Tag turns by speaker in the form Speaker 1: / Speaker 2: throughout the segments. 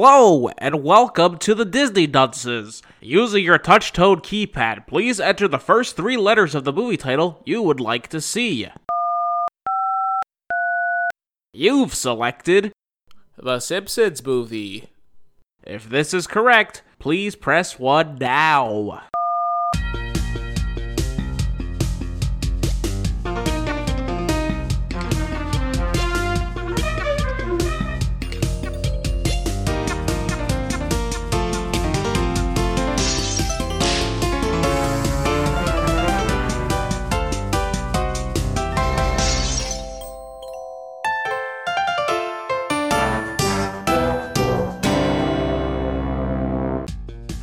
Speaker 1: Hello, and welcome to the Disney Dunces. Using your touch tone keypad, please enter the first three letters of the movie title you would like to see. You've selected
Speaker 2: The Simpsons movie.
Speaker 1: If this is correct, please press 1 now.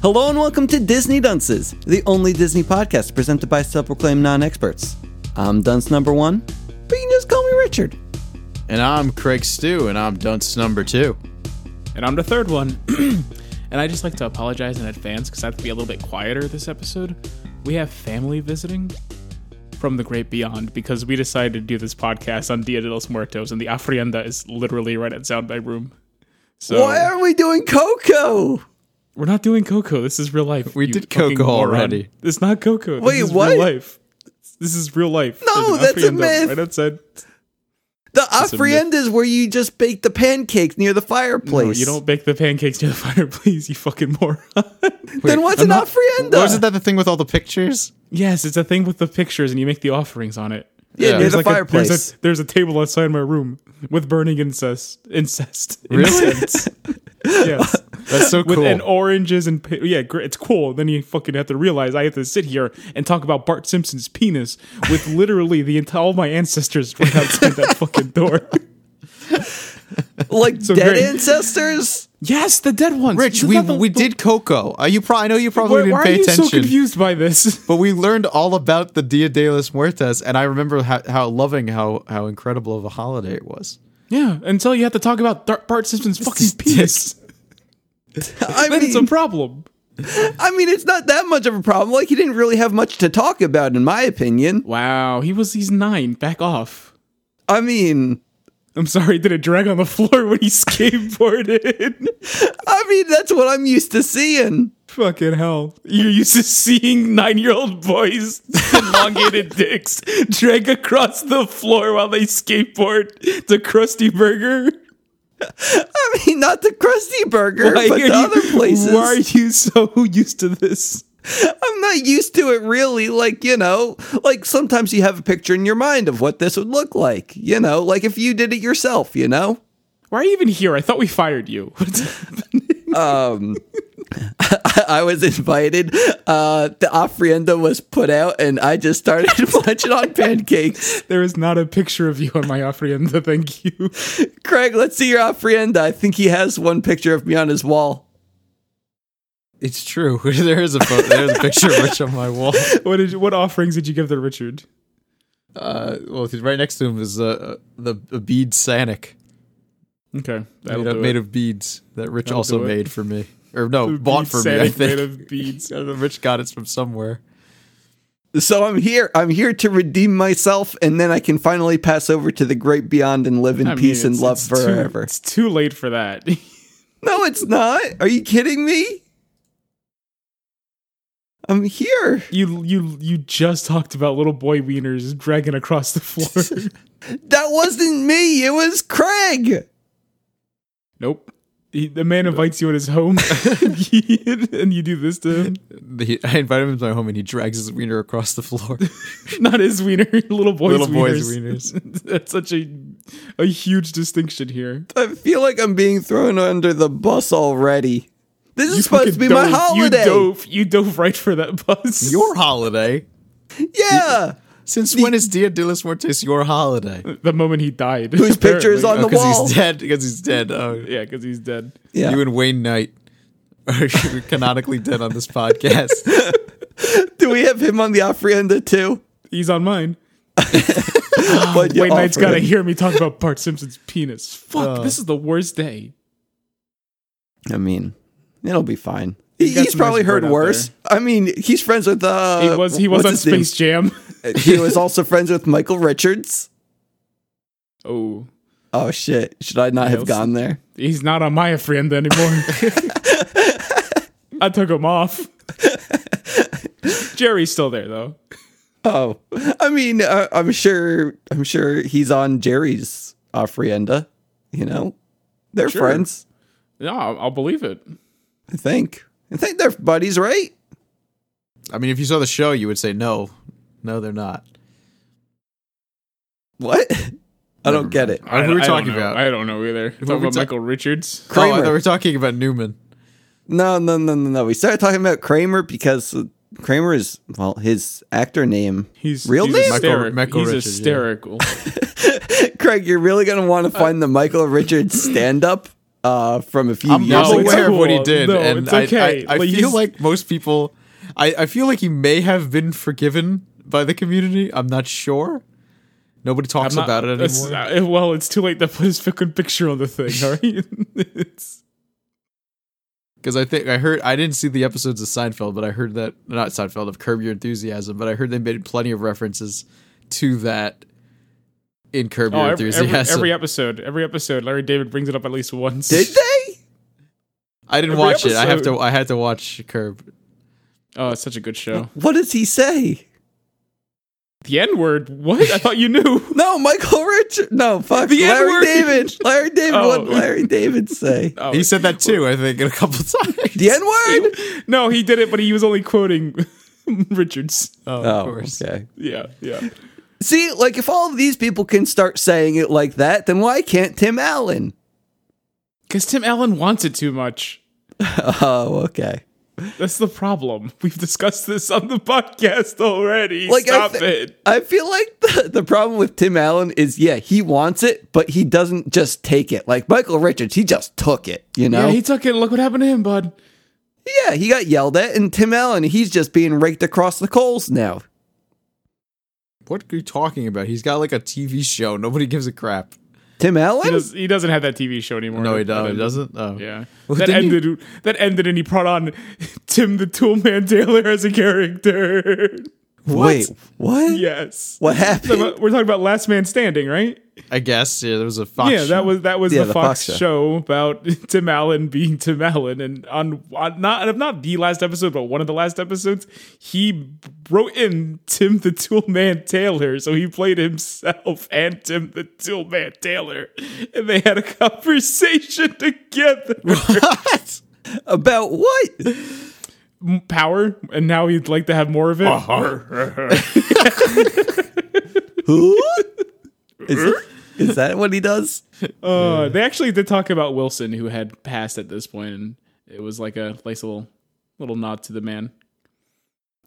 Speaker 3: Hello and welcome to Disney Dunces, the only Disney podcast presented by self-proclaimed non-experts. I'm dunce number one, but you can just call me Richard.
Speaker 4: And I'm Craig Stew, and I'm dunce number two.
Speaker 2: And I'm the third one. and I just like to apologize in advance because I have to be a little bit quieter this episode. We have family visiting from the great beyond because we decided to do this podcast on Dia de los Muertos, and the Afrienda is literally right outside my room. So
Speaker 3: Why are we doing Coco?
Speaker 2: we're not doing Coco. This is real life.
Speaker 4: We
Speaker 2: you
Speaker 4: did
Speaker 2: fucking
Speaker 4: Coco
Speaker 2: moron.
Speaker 4: already.
Speaker 2: It's not Coco. This
Speaker 3: Wait,
Speaker 2: is
Speaker 3: what?
Speaker 2: Real life. This is real life.
Speaker 3: No,
Speaker 2: There's an
Speaker 3: that's a
Speaker 2: Afrienda
Speaker 3: myth.
Speaker 2: Right outside.
Speaker 3: The
Speaker 2: a myth.
Speaker 3: ofrenda is where you just bake the pancakes near the fireplace.
Speaker 2: No, you don't bake the pancakes near the fire, please. You fucking moron.
Speaker 3: Then what's an ofrenda?
Speaker 4: Wasn't that the thing with all the pictures?
Speaker 2: Yes, it's a thing with the pictures, and you make the offerings on it.
Speaker 3: yeah,
Speaker 4: Yeah.
Speaker 3: near the
Speaker 2: like a-
Speaker 3: fireplace.
Speaker 2: there's, a, there's a table outside my room with burning incest. Incest.
Speaker 4: Really?
Speaker 2: Incense. yes.
Speaker 4: That's so
Speaker 2: With
Speaker 4: cool.
Speaker 2: and oranges and pi- yeah, gr- it's cool. Then you fucking have to realize I have to sit here and talk about Bart Simpson's penis with literally the ent- all my ancestors right outside that fucking door.
Speaker 3: like dead
Speaker 2: great.
Speaker 3: ancestors.
Speaker 2: yes, the dead ones.
Speaker 4: Rich,
Speaker 2: Isn't
Speaker 4: we
Speaker 2: that the-
Speaker 4: we did Coco. Uh, you probably I know you probably
Speaker 2: Why,
Speaker 4: didn't
Speaker 2: why are
Speaker 4: pay
Speaker 2: you
Speaker 4: attention,
Speaker 2: so confused by this?
Speaker 4: but we learned all about the Dia de los Muertos, and I remember how, how loving how how incredible of a holiday it was.
Speaker 2: Yeah, until you have to talk about Dar- Bart Simpson's fucking penis.
Speaker 3: I
Speaker 2: Then it's a
Speaker 3: mean,
Speaker 2: problem.
Speaker 3: I mean, it's not that much of a problem. Like he didn't really have much to talk about, in my opinion.
Speaker 2: Wow, he was he's nine. Back off.
Speaker 3: I mean,
Speaker 2: I'm sorry, did it drag on the floor when he skateboarded?
Speaker 3: I mean that's what I'm used to seeing.
Speaker 2: Fucking hell. You're used to seeing nine year old boys with elongated dicks drag across the floor while they skateboard to Krusty Burger.
Speaker 3: I mean, not the Krusty Burger,
Speaker 2: Why
Speaker 3: but
Speaker 2: are
Speaker 3: the other
Speaker 2: you-
Speaker 3: places.
Speaker 2: Why are you so used to this?
Speaker 3: I'm not used to it really. Like, you know, like sometimes you have a picture in your mind of what this would look like, you know, like if you did it yourself, you know?
Speaker 2: Why are you even here? I thought we fired you.
Speaker 3: Um, I was invited. Uh, the ofrenda was put out, and I just started munching on pancakes.
Speaker 2: there is not a picture of you on my ofrenda, thank you.
Speaker 3: Craig, let's see your ofrenda. I think he has one picture of me on his wall.
Speaker 4: It's true. there is a pho- there is a picture of Rich on my wall.
Speaker 2: What did you, what offerings did you give to Richard?
Speaker 4: Uh, well, right next to him is uh, the a bead Sanic
Speaker 2: Okay.
Speaker 4: made,
Speaker 2: that'll
Speaker 4: of,
Speaker 2: do
Speaker 4: made
Speaker 2: it.
Speaker 4: of beads that Rich
Speaker 2: That'll
Speaker 4: also
Speaker 2: do it.
Speaker 4: made for me, or no,
Speaker 2: The
Speaker 4: bought
Speaker 2: bead
Speaker 4: for me. I
Speaker 2: Sanic made
Speaker 4: think.
Speaker 2: of beads.
Speaker 4: I don't know, Rich got it from somewhere.
Speaker 3: So I'm here. I'm here to redeem myself, and then I can finally pass over to the great beyond and live in
Speaker 2: I mean,
Speaker 3: peace and
Speaker 2: it's-
Speaker 3: love
Speaker 2: it's too-
Speaker 3: forever.
Speaker 2: it's too late for that.
Speaker 3: No, it's not. Are you kidding me? I'm here.
Speaker 2: you you you just talked about little boy wieners dragging across the floor.
Speaker 3: That wasn't me. It was Craig.
Speaker 2: nope. He, the man invites you in his home, and you do this to him.
Speaker 4: The, I invited him to my home, and he drags his wiener across the floor.
Speaker 2: Not his wiener, little boy's
Speaker 4: Little boy's
Speaker 2: wieners. That's such a a huge distinction here.
Speaker 3: I feel like I'm being thrown under the bus already. This is supposed to be my
Speaker 2: fucking dove-
Speaker 3: holiday.
Speaker 2: You dove, you dove right for that bus.
Speaker 4: your holiday?
Speaker 3: yeah.
Speaker 4: Since when is Dia de los Muertos your holiday? Oh,
Speaker 2: the moment he died.
Speaker 3: Whose picture is on
Speaker 2: apparently.
Speaker 3: the wall?
Speaker 4: he's dead. Because he's dead. Oh,
Speaker 2: Yeah, because he's dead.
Speaker 3: Yeah.
Speaker 4: You and Wayne Knight are canonically dead on this podcast.
Speaker 3: Do we have him on the ofrenda too?
Speaker 2: He's on mine.
Speaker 3: But you
Speaker 2: Wayne Knight's
Speaker 3: offered
Speaker 2: got to
Speaker 3: him.
Speaker 2: hear me talk about Bart Simpson's penis. Fuck,
Speaker 4: Uh,
Speaker 2: this is the worst day.
Speaker 3: I mean, it'll be fine. He-
Speaker 2: got
Speaker 3: He's
Speaker 2: some
Speaker 3: probably
Speaker 2: nice
Speaker 3: heard
Speaker 2: blood out
Speaker 3: worse. I mean, he's friends with uh
Speaker 2: He was he was
Speaker 3: what's
Speaker 2: on
Speaker 3: his name?
Speaker 2: Space Jam.
Speaker 4: Uh,
Speaker 3: he was also friends with Michael Richards.
Speaker 2: Oh,
Speaker 3: Oh shit! Should I not have gone there?
Speaker 2: He's not on my friend anymore. I took him off. Jerry's still there though.
Speaker 3: Oh, I mean, uh, I'm sure. I'm sure he's on Jerry's ofrenda. You know, they're friends.
Speaker 2: No, I'll, I'll believe it.
Speaker 3: I think. I think they're buddies, right?
Speaker 4: I mean, if you saw the show, you would say no, no, they're not.
Speaker 3: What? I don't get it.
Speaker 4: Who are
Speaker 2: I-
Speaker 4: we
Speaker 2: I don't
Speaker 4: talking
Speaker 2: know.
Speaker 4: about?
Speaker 2: I don't know either. Talking
Speaker 4: we
Speaker 2: about
Speaker 4: ta-
Speaker 2: Michael Richards.
Speaker 4: Oh, I
Speaker 3: Kramer.
Speaker 4: thought we were talking about Newman.
Speaker 3: No, no, no, no, no. We started talking about Kramer because uh, Kramer is well, his actor name.
Speaker 2: He's
Speaker 3: Real
Speaker 2: he's
Speaker 3: name?
Speaker 4: Michael-
Speaker 2: hysteric-
Speaker 4: Michael
Speaker 2: he's
Speaker 4: Richards, yeah.
Speaker 2: hysterical.
Speaker 3: Craig, you're really gonna want to
Speaker 2: Uh,
Speaker 3: find the Michael Richards stand up uh, from a few
Speaker 4: I'm,
Speaker 3: years
Speaker 4: I'm
Speaker 2: No,
Speaker 3: ago.
Speaker 2: it's
Speaker 4: aware of what he
Speaker 2: cool.
Speaker 4: did,
Speaker 2: No,
Speaker 4: and
Speaker 2: it's okay.
Speaker 4: I, I, I
Speaker 2: Like,
Speaker 4: feel
Speaker 2: he's-
Speaker 4: like most people, I, I feel like he may have been forgiven by the community. I'm not sure. Nobody talks
Speaker 2: Not-
Speaker 4: about it
Speaker 2: it's-
Speaker 4: anymore.
Speaker 2: uh, well, it's too late to put his fucking picture on the thing. All right, it's
Speaker 4: because I think I heard I didn't see the episodes of Seinfeld, but I heard that not Seinfeld of Curb Your Enthusiasm, but I heard they made plenty of references to that in Curb
Speaker 2: oh,
Speaker 4: Your
Speaker 2: every, every,
Speaker 4: Enthusiasm.
Speaker 2: every episode, every episode, Larry David brings it up at least once.
Speaker 3: Did they?
Speaker 4: I didn't
Speaker 2: every
Speaker 4: watch it. I have to.
Speaker 2: episode.
Speaker 4: I had to watch Curb.
Speaker 2: Oh, it's such a good show.
Speaker 3: What does he say?
Speaker 2: The N word. What? I thought you knew.
Speaker 3: No, Michael Richard. No, fuck
Speaker 2: The
Speaker 3: Larry
Speaker 2: N-word.
Speaker 3: David. Larry David.
Speaker 2: Oh.
Speaker 3: What Larry David say?
Speaker 2: Oh,
Speaker 4: He said that too. I think a couple times.
Speaker 3: The N word.
Speaker 2: no, he did it, but he was only quoting Richards.
Speaker 4: Oh, of
Speaker 3: Oh,
Speaker 4: course.
Speaker 3: okay.
Speaker 2: Yeah, yeah.
Speaker 3: See, like if all of these people can start saying it like that, then why can't Tim Allen?
Speaker 2: Because Tim Allen wants it too much.
Speaker 3: Oh, okay.
Speaker 2: That's the problem. We've discussed this on the podcast already.
Speaker 3: Like, I
Speaker 2: Stop
Speaker 3: thi-
Speaker 2: it.
Speaker 3: I feel like the, the problem with Tim Allen is, yeah, he wants it, but he doesn't just take it. Like Michael Richards, he just took it, you know?
Speaker 2: Yeah, he took it. Look what happened to him, bud.
Speaker 3: yeah, he got yelled at, and Tim Allen, he's just being raked across the coals now.
Speaker 4: What are you talking about? He's got like a TV show. Nobody gives a crap.
Speaker 3: Tim
Speaker 2: He,
Speaker 3: Allen?
Speaker 2: does, he doesn't have that TV show anymore.
Speaker 4: No, he
Speaker 2: That
Speaker 4: does. He
Speaker 2: ended.
Speaker 4: doesn't. Oh.
Speaker 2: Yeah.
Speaker 4: Well,
Speaker 2: that
Speaker 4: didn't he-
Speaker 2: ended. That ended, and he brought on Tim the Toolman Taylor as a character.
Speaker 3: Wait, what?
Speaker 2: yes.
Speaker 3: What
Speaker 2: So,
Speaker 3: happened?
Speaker 2: uh, We're talking about Last Man Standing, right?
Speaker 4: I guess. Yeah, there was a Fox.
Speaker 2: yeah, that
Speaker 4: show.
Speaker 2: was that was
Speaker 3: Yeah,
Speaker 2: the,
Speaker 3: the
Speaker 2: Fox,
Speaker 3: Fox show.
Speaker 2: show about Tim Allen being Tim Allen, and on, on not if not the last episode, but one of the last episodes, he wrote in Tim the Tool Man Taylor, so he played himself and Tim the Tool Man Taylor, and they had a conversation together.
Speaker 3: About what?
Speaker 2: Power, and now he'd like to have more of it.
Speaker 3: Who? Is, is that what he does?
Speaker 2: Uh, they actually did talk about Wilson, who had passed at this point, and it was like a nice little little nod to the man.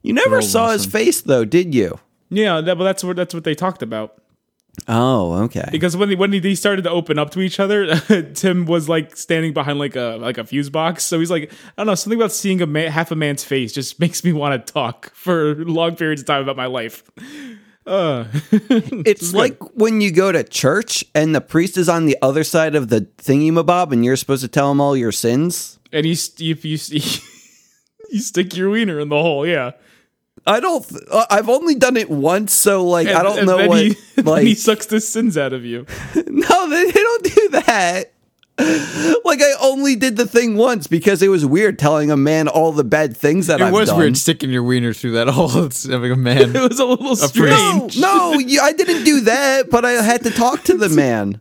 Speaker 3: You never
Speaker 4: Earl
Speaker 3: saw his
Speaker 4: Wilson.
Speaker 3: face, though, did you?
Speaker 2: Yeah, that, but that's what that's what they talked about.
Speaker 3: Oh, okay.
Speaker 2: Because when they, when they started to open up to each other, Tim was like standing behind like a like a fuse box. So he's like, I don't know, something about seeing a man, half a man's face just makes me want to talk for long periods of time about my life. Uh,
Speaker 3: It's like when you go to church and the priest is on the other side of the thingy mabob and you're supposed to tell him all your sins.
Speaker 2: and you st- if you st- you stick your wiener in the hole, yeah.
Speaker 3: I don't. Th- uh, I've only done it once, so like
Speaker 2: And-
Speaker 3: I don't
Speaker 2: and
Speaker 3: know
Speaker 2: then
Speaker 3: what.
Speaker 2: he,
Speaker 3: like
Speaker 2: then he sucks the sins out of you.
Speaker 3: no, they, they don't do that. Like I only did the thing once because it was weird telling a man all the bad things that
Speaker 4: It
Speaker 3: I've
Speaker 4: was
Speaker 3: done.
Speaker 4: weird sticking your wiener through that hole. It's having a man.
Speaker 2: It was a little
Speaker 3: No,
Speaker 2: strange,
Speaker 3: no, you, I didn't do that, but I had to talk to the man.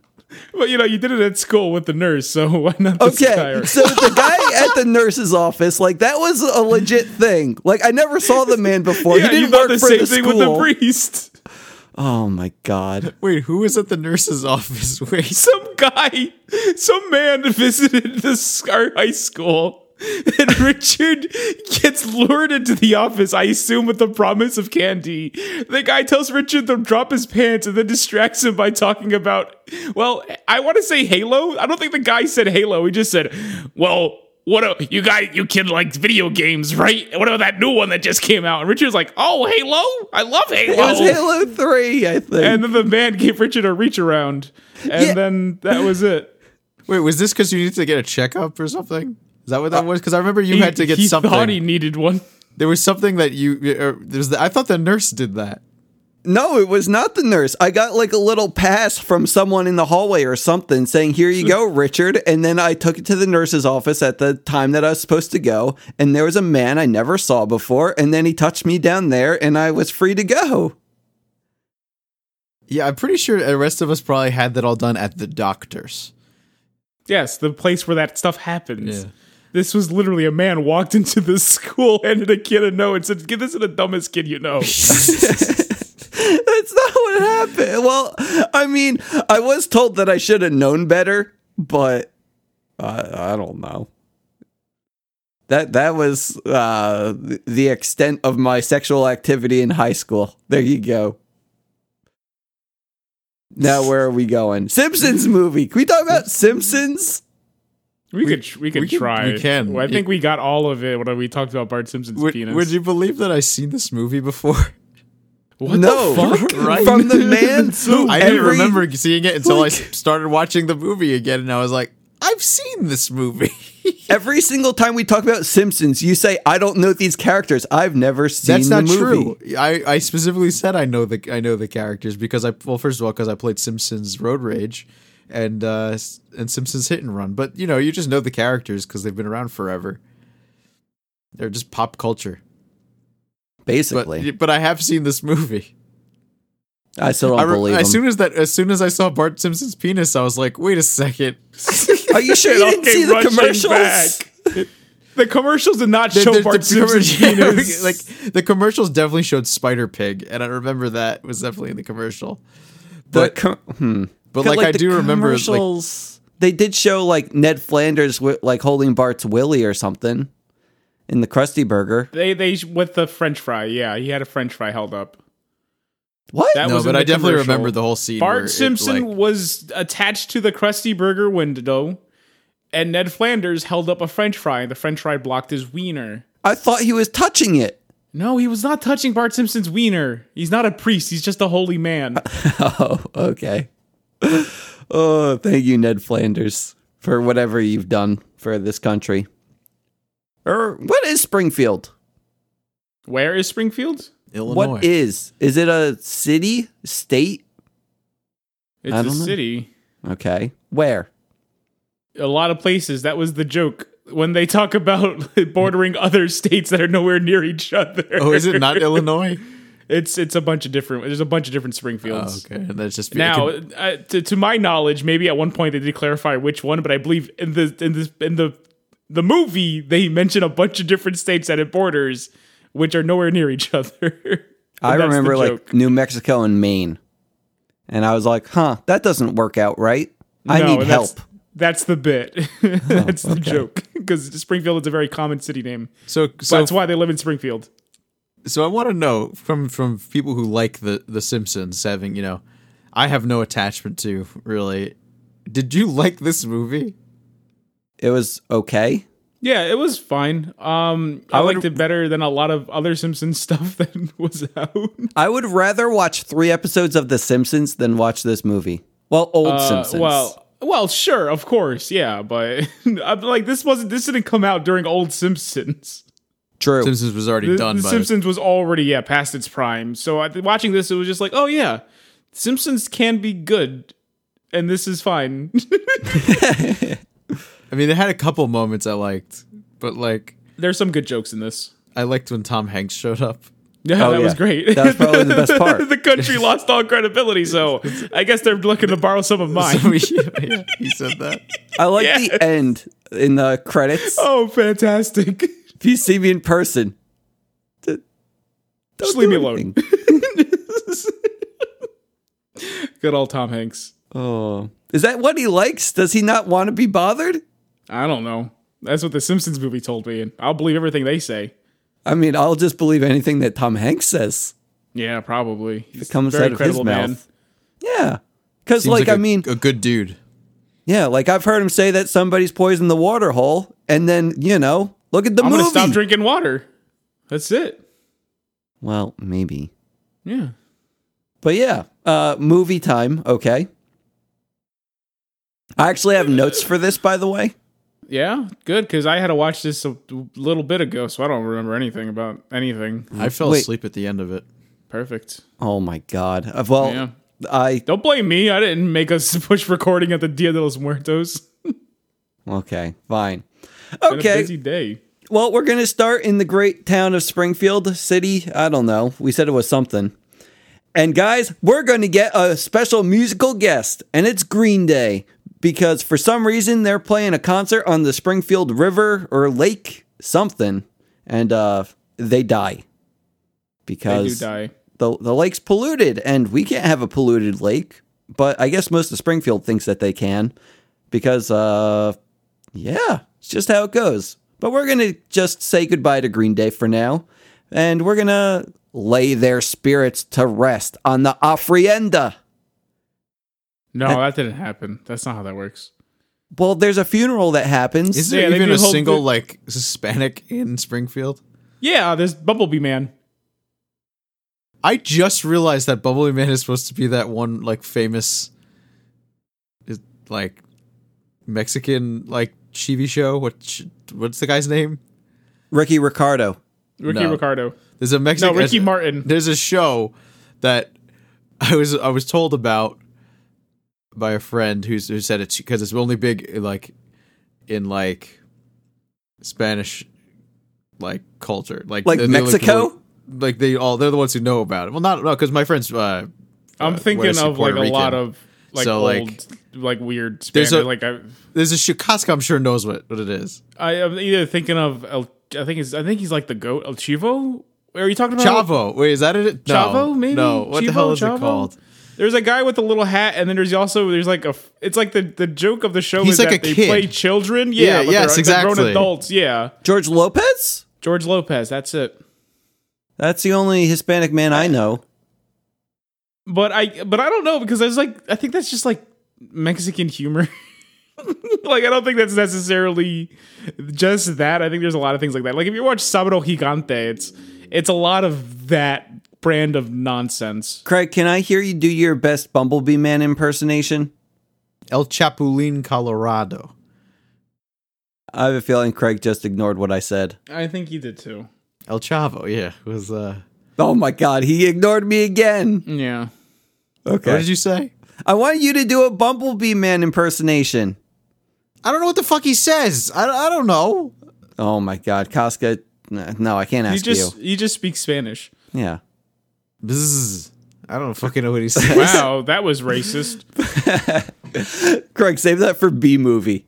Speaker 2: but you know you did it at school with the nurse, so why not this guy?
Speaker 3: Okay, so the guy at the nurse's office, like that was a legit thing. Like I never saw the man before.
Speaker 2: yeah,
Speaker 3: he
Speaker 2: you
Speaker 3: didn't work
Speaker 2: thought the
Speaker 3: for
Speaker 2: same
Speaker 3: the
Speaker 2: thing
Speaker 3: school.
Speaker 2: with the priest.
Speaker 3: oh my god.
Speaker 4: Wait, who was at the nurse's office? Wait.
Speaker 2: some guy, some man visited the Scar High School. And Richard gets lured into the office, I assume, with the promise of candy. The guy tells Richard to drop his pants and then distracts him by talking about, well, I want to say Halo. I don't think the guy said Halo. He just said, well, what a, you guy, you kid likes video games, right? What about that new one that just came out? And Richard's like, oh, Halo? I love Halo.
Speaker 3: It was Halo 3, I think.
Speaker 2: And then the man gave Richard a reach around, and
Speaker 3: Yeah.
Speaker 2: then that was it.
Speaker 4: Wait, was this because you needed to get a checkup or something? Is that what that was? Because I remember you
Speaker 2: He,
Speaker 4: had to get
Speaker 2: he
Speaker 4: something.
Speaker 2: thought he needed one.
Speaker 4: uh, there was something that you. Or, there's the, I thought the nurse did that.
Speaker 3: No, it was not the nurse. I got like a little pass from someone in the hallway or something saying, Here you go, Richard. And then I took it to the nurse's office at the time that I was supposed to go. And there was a man I never saw before. And then he touched me down there and I was free to go.
Speaker 4: Yeah, I'm pretty sure the rest of us probably had that all done at the doctor's.
Speaker 2: Yes, the place where that stuff happens. This was literally a man walked into this school, handed a kid a note, and said, "Give this to the dumbest kid you know."
Speaker 3: That's not what happened. Well, I mean, I was told that I should have known better, but I, I don't know. That that was uh, th- the extent of my sexual activity in high school. There you go. Now where are we going? Simpsons movie. Can we talk about Simpsons?
Speaker 2: We, could could we could
Speaker 4: we can-
Speaker 2: try.
Speaker 4: we can.
Speaker 2: Well, I think we got all of it when we talked about Bart Simpson's
Speaker 4: Would,
Speaker 2: penis.
Speaker 4: would you believe that I seen this movie before?
Speaker 2: what
Speaker 3: no,
Speaker 2: the fuck?
Speaker 4: Right.
Speaker 3: from the man who
Speaker 4: I didn't
Speaker 3: every-
Speaker 4: remember seeing it until I
Speaker 3: like-
Speaker 4: s- started watching the movie again, and I was like, I've seen this movie.
Speaker 3: Every single time we talk about Simpsons, you say, "I don't know these characters. I've never seen."
Speaker 4: That's
Speaker 3: the
Speaker 4: not
Speaker 3: movie.
Speaker 4: true. I, I specifically said I know the I know the characters because I well first of all because I played Simpsons Road Rage, and uh s- and Simpsons Hit and Run. But you know you just know the characters because they've been around forever. They're just pop culture. But
Speaker 3: Basically,
Speaker 4: but I have seen this movie.
Speaker 3: I still don't
Speaker 4: I re-
Speaker 3: believe
Speaker 4: as
Speaker 3: him.
Speaker 4: soon as that as soon as I saw Bart Simpson's penis, I was like, wait a second.
Speaker 3: Are you sure you
Speaker 2: It all
Speaker 3: didn't see
Speaker 2: came
Speaker 3: the
Speaker 2: rushing
Speaker 3: commercials?
Speaker 2: back. The commercials did not
Speaker 4: The-
Speaker 2: show
Speaker 4: the- the
Speaker 2: Bart Simpson's
Speaker 4: commercial-
Speaker 2: penis.
Speaker 4: like the commercials definitely showed Spider Pig, and I remember that was definitely in the commercial.
Speaker 3: The com- hmm.
Speaker 4: But
Speaker 3: 'Cause,
Speaker 4: like, I
Speaker 3: the
Speaker 4: do remember like
Speaker 3: commercials. they did show like Ned Flanders wi- like holding Bart's willy or something in the Krusty Burger.
Speaker 2: they they with the French fry. Yeah, he had a French fry held up.
Speaker 3: What?
Speaker 2: That
Speaker 4: no,
Speaker 2: was in
Speaker 4: but
Speaker 2: the
Speaker 4: I definitely
Speaker 2: commercial.
Speaker 4: remember the whole scene. where
Speaker 2: Bart
Speaker 4: it,
Speaker 2: Simpson
Speaker 4: like-
Speaker 2: was attached to the Krusty Burger window, and Ned Flanders held up a French fry, and the French fry blocked his wiener.
Speaker 3: I thought he was touching it.
Speaker 2: No, he was not touching Bart Simpson's wiener. He's not a priest. He's just a holy man.
Speaker 3: Oh, okay. oh, thank you, Ned Flanders, for whatever you've done for this country. Or what is Springfield?
Speaker 2: Where is Springfield?
Speaker 4: Illinois.
Speaker 3: What is? Is it a city? State?
Speaker 2: It's
Speaker 3: I
Speaker 2: a
Speaker 3: don't know.
Speaker 2: city.
Speaker 3: Okay. Where?
Speaker 2: A lot of places. That was the joke when they talk about bordering other states that are nowhere near each other.
Speaker 4: oh, is it not Illinois?
Speaker 2: It's it's a bunch of different. There's a bunch of different Springfields.
Speaker 4: Oh, okay, that's just
Speaker 2: Now,
Speaker 4: it could-
Speaker 2: uh, to, to my knowledge, maybe at one point they did clarify which one, but I believe in the in this in the the movie they mention a bunch of different states that it borders, which are nowhere near each other.
Speaker 3: I
Speaker 2: That's the
Speaker 3: remember
Speaker 2: joke.
Speaker 3: like New Mexico and Maine. And I was like, huh, that doesn't work out right. I
Speaker 2: No,
Speaker 3: need
Speaker 2: and
Speaker 3: help. Oh,
Speaker 2: That's, that's the bit. that's the joke because Springfield is a very common city name.
Speaker 4: so
Speaker 2: So
Speaker 4: so
Speaker 2: that's why they live in Springfield.
Speaker 4: so I want to know from from people who like the the Simpsons having you know, I have no attachment to really. Did you like this movie?
Speaker 3: It was okay.
Speaker 2: Yeah, it was fine. Um, I,
Speaker 3: would-
Speaker 2: liked it better than a lot of other Simpsons stuff that was out.
Speaker 3: I would rather watch three episodes of The Simpsons than watch this movie. Well, old Simpsons.
Speaker 2: Uh, Well, well, sure, of course, yeah, but I'm like this wasn't this didn't come out during old Simpsons.
Speaker 3: True.
Speaker 4: Simpsons was already
Speaker 2: The,
Speaker 4: done.
Speaker 2: the
Speaker 4: by
Speaker 2: Simpsons was already yeah past its prime. So I, watching this, it was just like, oh yeah, Simpsons can be good, and this is fine.
Speaker 4: I mean, they had a couple moments I liked, but like
Speaker 2: There's some good jokes in this.
Speaker 4: I liked when Tom Hanks showed up.
Speaker 2: Yeah,
Speaker 3: Oh,
Speaker 2: that was
Speaker 3: yeah.
Speaker 2: great.
Speaker 3: That was probably the best part.
Speaker 2: the country lost all credibility, so I guess they're looking to borrow some of mine.
Speaker 4: So he, yeah, he said that.
Speaker 3: I like
Speaker 2: yes.
Speaker 3: the end in the credits.
Speaker 2: oh, fantastic!
Speaker 3: If you see me in person, d- don't
Speaker 2: Just leave
Speaker 3: do
Speaker 2: me alone.
Speaker 3: anything.
Speaker 2: Good old Tom Hanks.
Speaker 3: Oh. Is that what he likes? Does he not want to be bothered?
Speaker 2: I don't know. That's what the Simpsons movie told me, and I'll believe everything they say.
Speaker 3: I mean, I'll just believe anything that Tom Hanks says.
Speaker 2: Yeah, probably. He's
Speaker 3: It comes
Speaker 2: a very
Speaker 3: out of his
Speaker 2: credible man.
Speaker 3: mouth. Yeah. Because,
Speaker 4: Seems
Speaker 3: like,
Speaker 4: a-
Speaker 3: I mean,
Speaker 4: a good dude.
Speaker 3: Yeah, like I've heard him say that somebody's poisoned the water hole, and then you know, look at the
Speaker 2: I'm
Speaker 3: movie.
Speaker 2: gonna stop drinking water. That's it.
Speaker 3: well, maybe,
Speaker 2: Yeah.
Speaker 3: but yeah, uh, movie time. Okay, I actually have notes for this, by the way.
Speaker 2: Yeah, good because I had to watch this a little bit ago, so I don't remember anything about anything.
Speaker 4: I fell
Speaker 3: Wait.
Speaker 4: asleep at the end of it.
Speaker 2: Perfect.
Speaker 3: Oh my god. Uh, Well,
Speaker 2: Yeah.
Speaker 3: I
Speaker 2: Don't blame me. I didn't make us push recording at the Dia de los Muertos.
Speaker 3: okay, fine.
Speaker 2: Been a busy
Speaker 3: Okay.
Speaker 2: day.
Speaker 3: Well, we're going to start in the great town of Springfield City. I don't know. We said it was something. And guys, we're going to get a special musical guest, and it's Green Day because for some reason they're playing a concert on the Springfield River or Lake something and uh they die.
Speaker 2: They
Speaker 3: Because
Speaker 2: do die.
Speaker 3: the the lake's polluted and we can't have a polluted lake but i guess most of springfield thinks that they can because uh yeah it's just how it goes but we're gonna just say goodbye to green day for now and we're gonna lay their spirits to rest on the ofrenda
Speaker 2: No, that didn't happen. That's not how that works.
Speaker 3: well there's a funeral that happens
Speaker 4: Is
Speaker 2: Yeah,
Speaker 4: there
Speaker 2: they
Speaker 4: even
Speaker 2: do
Speaker 4: a
Speaker 2: hold
Speaker 4: single
Speaker 2: the-
Speaker 4: like Hispanic in Springfield?
Speaker 2: Yeah, there's Bumblebee Man.
Speaker 4: I just realized that Bubbly Man is supposed to be that one like famous, is- like Mexican like TV show. What sh- what's the guy's name?
Speaker 3: ricky ricardo
Speaker 2: Ricky
Speaker 4: No.
Speaker 2: Ricardo.
Speaker 4: There's a
Speaker 2: No,
Speaker 4: Mexican.
Speaker 2: Ricky Martin.
Speaker 4: There's a show that I was I was told about by a friend who's, who said it's because it's only big like in like Spanish like culture like
Speaker 3: Like
Speaker 4: they're the only
Speaker 3: Mexico?
Speaker 4: people- like they all they're the ones who know about it. Well, not no because my friends. Uh,
Speaker 2: I'm
Speaker 4: what
Speaker 2: thinking
Speaker 4: is he,
Speaker 2: of like
Speaker 4: Puerto
Speaker 2: a lot
Speaker 4: Rican?
Speaker 2: of like
Speaker 4: So,
Speaker 2: old,
Speaker 4: like-
Speaker 2: like, weird. Spanish.
Speaker 4: There's a-
Speaker 2: like I,
Speaker 4: there's a Shikaska. I'm sure knows what what it is.
Speaker 2: I am either thinking of El, I think it's I think he's like the goat El Chivo. Are you talking about
Speaker 4: Chavo. Wait, is that it? No.
Speaker 2: Oh. Chavo, maybe?
Speaker 4: No. What the
Speaker 2: Chivo,
Speaker 4: hell is
Speaker 2: Chavo?
Speaker 4: it called?
Speaker 2: There's a guy with a little hat, and then there's also there's like a. f- It's like the the joke of the show
Speaker 4: He's
Speaker 2: is
Speaker 4: like a
Speaker 2: that they
Speaker 4: kid.
Speaker 2: play children.
Speaker 4: Yeah,
Speaker 2: Yeah, but
Speaker 4: yes,
Speaker 2: they're, they're
Speaker 4: exactly.
Speaker 2: Grown adults. Yeah,
Speaker 3: george lopez
Speaker 2: George Lopez. That's it.
Speaker 3: that's the only hispanic man i know
Speaker 2: But I but I don't know because I was like I think that's just like Mexican humor. like I don't think that's necessarily just that. I think there's a lot of things like that. Like if you watch Sabado Gigante, it's it's a lot of that brand of nonsense.
Speaker 3: craig can i hear you do your best bumblebee man impersonation
Speaker 4: El Chapulín, Colorado.
Speaker 3: i have a feeling craig just ignored what i said
Speaker 2: I think you did too.
Speaker 4: El Chavo. Yeah, was. uh
Speaker 3: Oh my god, he ignored me again.
Speaker 2: Yeah.
Speaker 4: What
Speaker 3: Okay.
Speaker 4: did you say?
Speaker 3: I want you to do a Bumblebee Man impersonation.
Speaker 4: I don't know what the fuck he says. I, I don't know.
Speaker 3: Oh my god, Casca. No, I can't
Speaker 2: You
Speaker 3: ask you.
Speaker 2: just you just speak Spanish.
Speaker 3: Yeah.
Speaker 4: Bzzz. I don't fucking know what he says.
Speaker 2: Wow, that was racist.
Speaker 3: Craig, save that for B movie.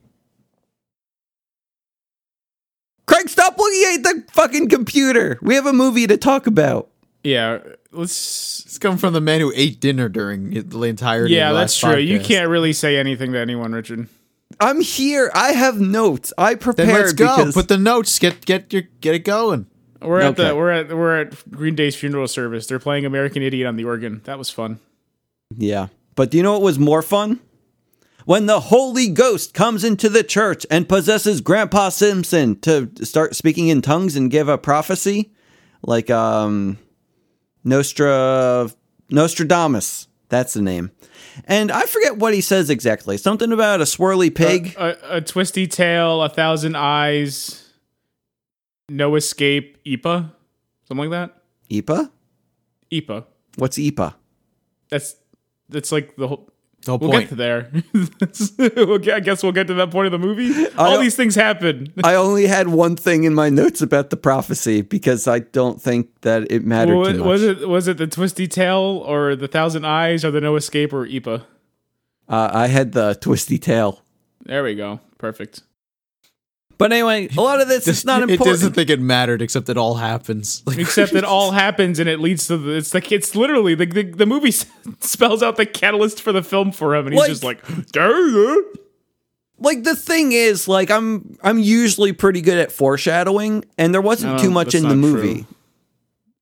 Speaker 3: Craig, stop looking at the fucking computer. We have a movie to talk about.
Speaker 2: Yeah, let's.
Speaker 4: It's coming from the man who ate dinner during the entirety.
Speaker 2: Yeah,
Speaker 4: of the
Speaker 2: that's
Speaker 4: last
Speaker 2: true. You
Speaker 4: podcast.
Speaker 2: can't really say anything to anyone, Richard.
Speaker 3: I'm here. I have notes. I prepared
Speaker 4: Then let's go.
Speaker 3: because
Speaker 4: Put the notes. Get get your get it going.
Speaker 2: We're at
Speaker 3: Okay.
Speaker 2: the we're at we're at Green Day's funeral service. They're playing American Idiot on the organ. That was fun.
Speaker 3: Yeah. But do you know what was more fun? When the Holy Ghost comes into the church and possesses Grandpa Simpson to start speaking in tongues and give a prophecy, like um Nostra Nostradamus. That's the name. And I forget what he says exactly. Something about a swirly pig.
Speaker 2: A, a twisty tail, a thousand eyes, no escape, Ipa, something like that.
Speaker 3: Ipa?
Speaker 2: Ipa.
Speaker 3: What's Ipa?
Speaker 2: That's that's like the whole.
Speaker 4: The whole
Speaker 2: We'll
Speaker 4: point.
Speaker 2: get to there. We'll get- I guess we'll get to that point of the movie. All
Speaker 3: don't-
Speaker 2: these things happen.
Speaker 3: I only had one thing in my notes about the prophecy because I don't think that it mattered
Speaker 2: Wa-
Speaker 3: too much.
Speaker 2: was it was it the twisty tail or the thousand eyes or the no escape or E Ipa?
Speaker 3: Uh, I had the twisty tail.
Speaker 2: There we go. Perfect.
Speaker 3: But anyway, a lot of this is not
Speaker 4: It doesn't
Speaker 3: important.
Speaker 4: think it mattered, except it all happens. Like,
Speaker 2: Except it all happens and it leads to the, it's like it's literally the the, the movie spells out the catalyst for the film for him and he's
Speaker 3: Like-
Speaker 2: just like "Dang it."
Speaker 3: Like the thing is, like I'm I'm usually pretty good at foreshadowing, and there wasn't
Speaker 2: No,
Speaker 3: too much
Speaker 2: that's
Speaker 3: in the
Speaker 2: not
Speaker 3: movie.
Speaker 2: true.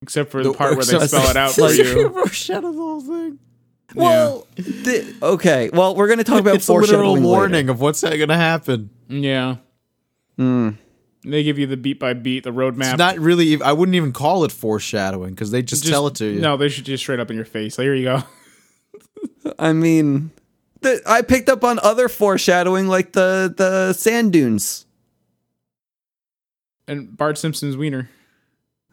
Speaker 2: except for the, part where they
Speaker 4: except-
Speaker 2: spell it out for you.
Speaker 4: Foreshadow the whole thing.
Speaker 3: Well, the, okay. Well, we're gonna talk about
Speaker 4: It's a literal
Speaker 3: foreshadowing.
Speaker 4: warning
Speaker 3: Later.
Speaker 4: of what's going to happen.
Speaker 2: Yeah. They give you the beat by beat, the roadmap.
Speaker 4: Hmm. It's not really. ev- I wouldn't even call it foreshadowing because they just,
Speaker 2: Just-
Speaker 4: tell it to you.
Speaker 2: No, they should just straight up in your face. Like, here you go.
Speaker 3: I mean, the, I picked up on other foreshadowing, like the the sand dunes.
Speaker 2: And Bart Simpson's wiener.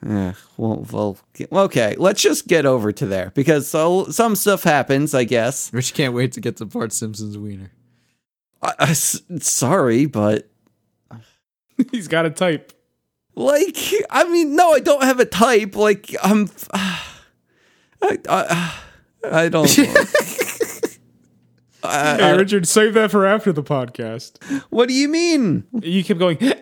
Speaker 3: Eh, well, well, g- okay. Let's just get over to there because so some stuff happens, I guess.
Speaker 4: Which can't wait to get to Bart Simpson's wiener.
Speaker 3: I, I s- sorry, but
Speaker 2: He's got a type.
Speaker 3: like, I mean, no, I don't have a type. Like, I'm, I, I, I don't.
Speaker 4: Uh,
Speaker 3: I-
Speaker 2: Hey,
Speaker 3: I-
Speaker 2: Richard, save that for after the podcast.
Speaker 3: what do you mean?
Speaker 2: You kept going.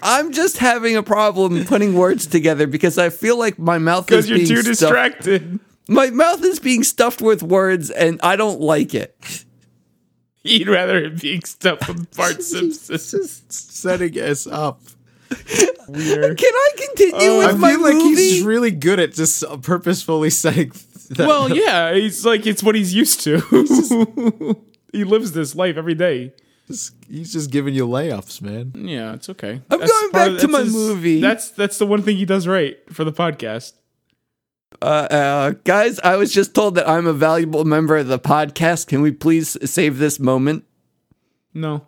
Speaker 3: I'm just having a problem putting words together because I feel like my mouth is
Speaker 2: Because you're
Speaker 3: being
Speaker 2: too
Speaker 3: stuffed.
Speaker 2: distracted.
Speaker 3: My mouth is being stuffed with words, and I don't like it.
Speaker 2: You'd rather it being stuffed with Bart Simpson.
Speaker 4: Just setting us up.
Speaker 2: Wiener.
Speaker 3: Can I continue with
Speaker 4: Oh, I
Speaker 3: my
Speaker 4: feel like
Speaker 3: movie?
Speaker 4: he's just really good at just purposefully setting. That
Speaker 2: Well, yeah, it's like it's what he's used to. he lives this life every day.
Speaker 4: He's- he's just giving you layoffs, man.
Speaker 2: Yeah, it's okay.
Speaker 3: I'm going
Speaker 2: part
Speaker 3: back to
Speaker 2: that's
Speaker 3: my movie.
Speaker 2: That's that's the one thing he does right for the podcast.
Speaker 3: uh, uh, guys, I was just told that I'm a valuable member of the podcast. Can we please save this moment?
Speaker 2: No,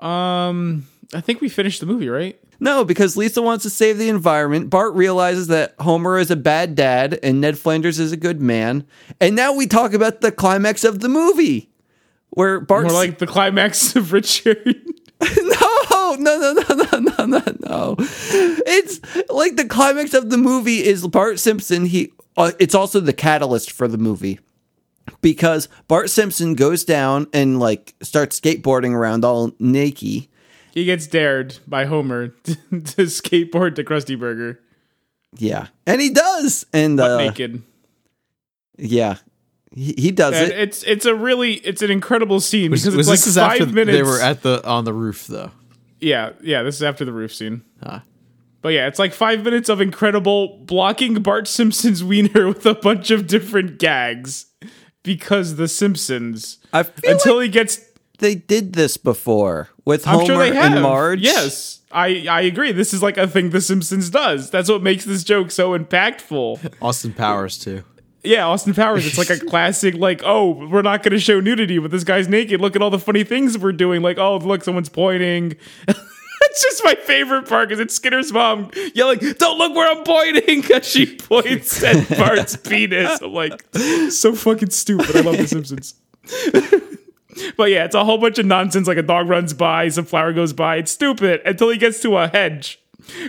Speaker 2: um, I think we finished the movie, right?
Speaker 3: No, because Lisa wants to save the environment. Bart realizes that Homer is a bad dad and Ned Flanders is a good man. And now we talk about the climax of the movie. Where Bart's
Speaker 2: More like the climax of Richard.
Speaker 3: No, no, no, no, no, no, no, no. It's like the climax of the movie is Bart Simpson. He, uh, it's also the catalyst for the movie because Bart Simpson goes down and like starts skateboarding around all naked.
Speaker 2: he gets dared by Homer to skateboard to Krusty Burger
Speaker 3: Yeah, and he does, and uh,
Speaker 2: naked.
Speaker 3: yeah, he, he does
Speaker 2: And
Speaker 3: it.
Speaker 2: it's it's a really it's an incredible scene
Speaker 4: Was,
Speaker 2: because
Speaker 4: was
Speaker 2: it's
Speaker 4: this is
Speaker 2: like five
Speaker 4: after
Speaker 2: minutes.
Speaker 4: they were at the on the roof though?
Speaker 2: Yeah, yeah, this is after the roof scene.
Speaker 4: Ah.
Speaker 2: But yeah, it's like five minutes of incredible blocking Bart Simpson's wiener with a bunch of different gags because the Simpsons.
Speaker 3: I feel
Speaker 2: until
Speaker 3: like
Speaker 2: he gets,
Speaker 3: they did this before with
Speaker 2: I'm
Speaker 3: Homer
Speaker 2: sure they have.
Speaker 3: and Marge.
Speaker 2: Yes, I I agree. This is like a thing the Simpsons does. That's what makes this joke so impactful.
Speaker 4: Austin Powers too.
Speaker 2: Yeah, Austin Powers. It's like a classic. Like, oh, we're not going to show nudity, but this guy's naked. Look at all the funny things we're doing. Like, oh, look, someone's pointing. That's just my favorite part because it's Skinner's mom yelling, "Don't look where I'm pointing!" Because she points at Bart's penis. I'm like, so fucking stupid. I love The Simpsons. but yeah, it's a whole bunch of nonsense. Like a dog runs by, some flower goes by. It's stupid until he gets to a hedge,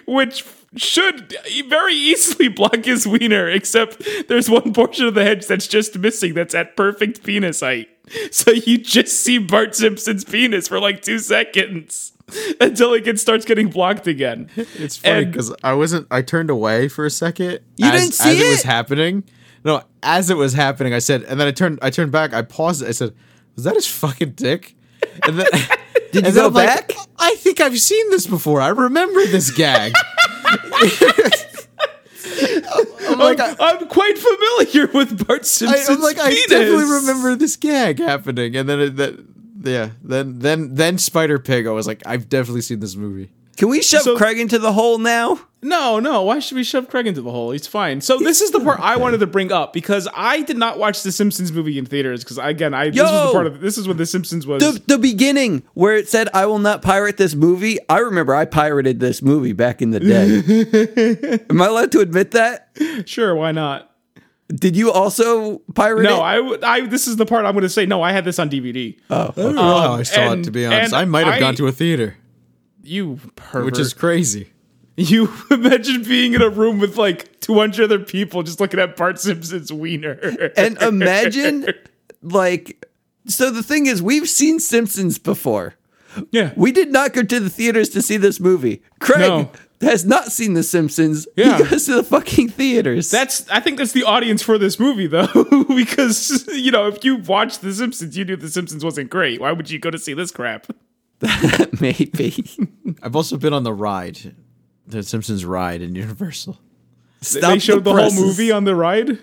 Speaker 2: which should very easily block his wiener. Except there's one portion of the hedge that's just missing. That's at perfect penis height. So you just see Bart Simpson's penis for like two seconds until it gets, starts getting blocked again.
Speaker 4: It's funny
Speaker 2: And-
Speaker 4: because I wasn't. I turned away for a second.
Speaker 3: You
Speaker 4: as,
Speaker 3: didn't see
Speaker 4: as was
Speaker 3: it?
Speaker 4: happening. No, as it was happening, I said, and then I turned. I turned back. I paused. I said, "Was that his fucking dick?" And then
Speaker 3: Did you
Speaker 4: and then
Speaker 3: go
Speaker 4: I'm like,
Speaker 3: back?
Speaker 4: I think I've seen this before. I remember this gag. I'm, I'm like, I,
Speaker 2: I'm, I'm quite familiar with Bart
Speaker 4: I,
Speaker 2: Simpson's
Speaker 4: I'm like, I
Speaker 2: penis.
Speaker 4: definitely remember this gag happening. And then it, that, yeah, then then then Spider Pig. I was like, I've definitely seen this movie.
Speaker 3: Can we shove
Speaker 2: So-
Speaker 3: Craig into the hole now?
Speaker 2: No, no. Why should we shove Craig into the hole? He's fine. So this is the part I wanted to bring up because I did not watch the Simpsons movie in theaters because again, I this was
Speaker 3: Yo!
Speaker 2: the part of this is when the Simpsons was.
Speaker 3: the, the beginning where it said i will not pirate this movie i remember i pirated this movie back in the day am i allowed to admit that
Speaker 2: sure, why not?
Speaker 3: did you also pirate
Speaker 2: No,
Speaker 3: it?
Speaker 2: I, would- I. This is the part I'm going to say. No, I had this on DVD.
Speaker 3: Oh.
Speaker 4: I don't know how Oh, I saw
Speaker 2: Oh. Um, and-
Speaker 4: it to be honest.
Speaker 2: and
Speaker 4: I might have
Speaker 2: I-
Speaker 4: gone to a theater,
Speaker 2: you pervert.
Speaker 4: which is crazy.
Speaker 2: you imagine being in a room with like 200 other people just looking at Bart Simpson's wiener.
Speaker 3: and imagine like so the thing is we've seen simpsons before
Speaker 2: yeah,
Speaker 3: we did not go to the theaters to see this movie craig
Speaker 2: No.
Speaker 3: has not seen the simpsons
Speaker 2: Yeah.
Speaker 3: he goes to the fucking theaters
Speaker 2: That's I think that's the audience for this movie though, because you know if you watched The Simpsons, you knew The Simpsons wasn't great. Why would you go to see this crap?
Speaker 3: maybe
Speaker 4: I've also been on the ride, the Simpsons ride in Universal.
Speaker 3: Stop
Speaker 2: they showed the, whole
Speaker 3: presses.
Speaker 2: movie on the ride.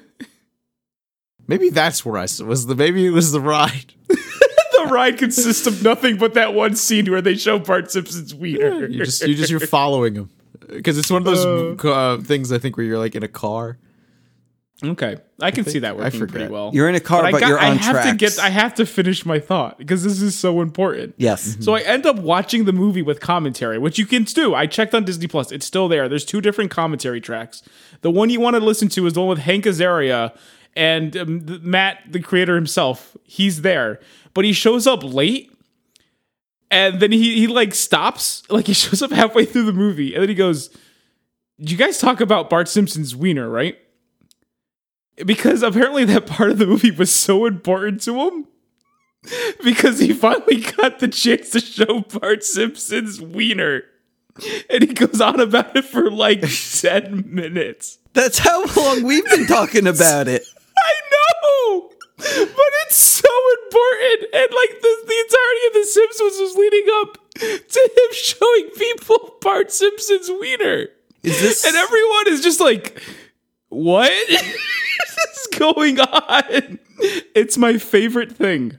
Speaker 4: Maybe that's where I s- was. The maybe it was the ride.
Speaker 2: the ride consists of nothing but that one scene where they show Bart Simpson's wiener.
Speaker 4: You just you just uh, you're following him because it's one of those uh, things I think where you're like in a car.
Speaker 2: Okay, I can see that working pretty
Speaker 4: forget.
Speaker 2: well.
Speaker 3: You're in a car, but,
Speaker 2: I got-
Speaker 3: you're on
Speaker 2: I have
Speaker 3: tracks.
Speaker 2: to get. I have to finish my thought because this is so important.
Speaker 3: yes.
Speaker 2: Mm-hmm. So I end up watching the movie with commentary, which you can do. I checked on Disney Plus; it's still there. There's two different commentary tracks. The one you want to listen to is the one with Hank Azaria and um, th- Matt, the creator himself. He's there, but he shows up late, and then he he like stops, like he shows up halfway through the movie, and then he goes, "Did you guys talk about Bart Simpson's wiener, right?" Because apparently that part of the movie was so important to him because he finally got the chance to show Bart Simpson's wiener. And he goes on about it for like 10 minutes.
Speaker 3: That's how long we've been talking about it.
Speaker 2: I know! But it's so important. And like the, the entirety of The Simpsons was leading up to him showing people Bart Simpson's wiener.
Speaker 3: Is this
Speaker 2: And everyone is just like, what is going on? It's my favorite thing.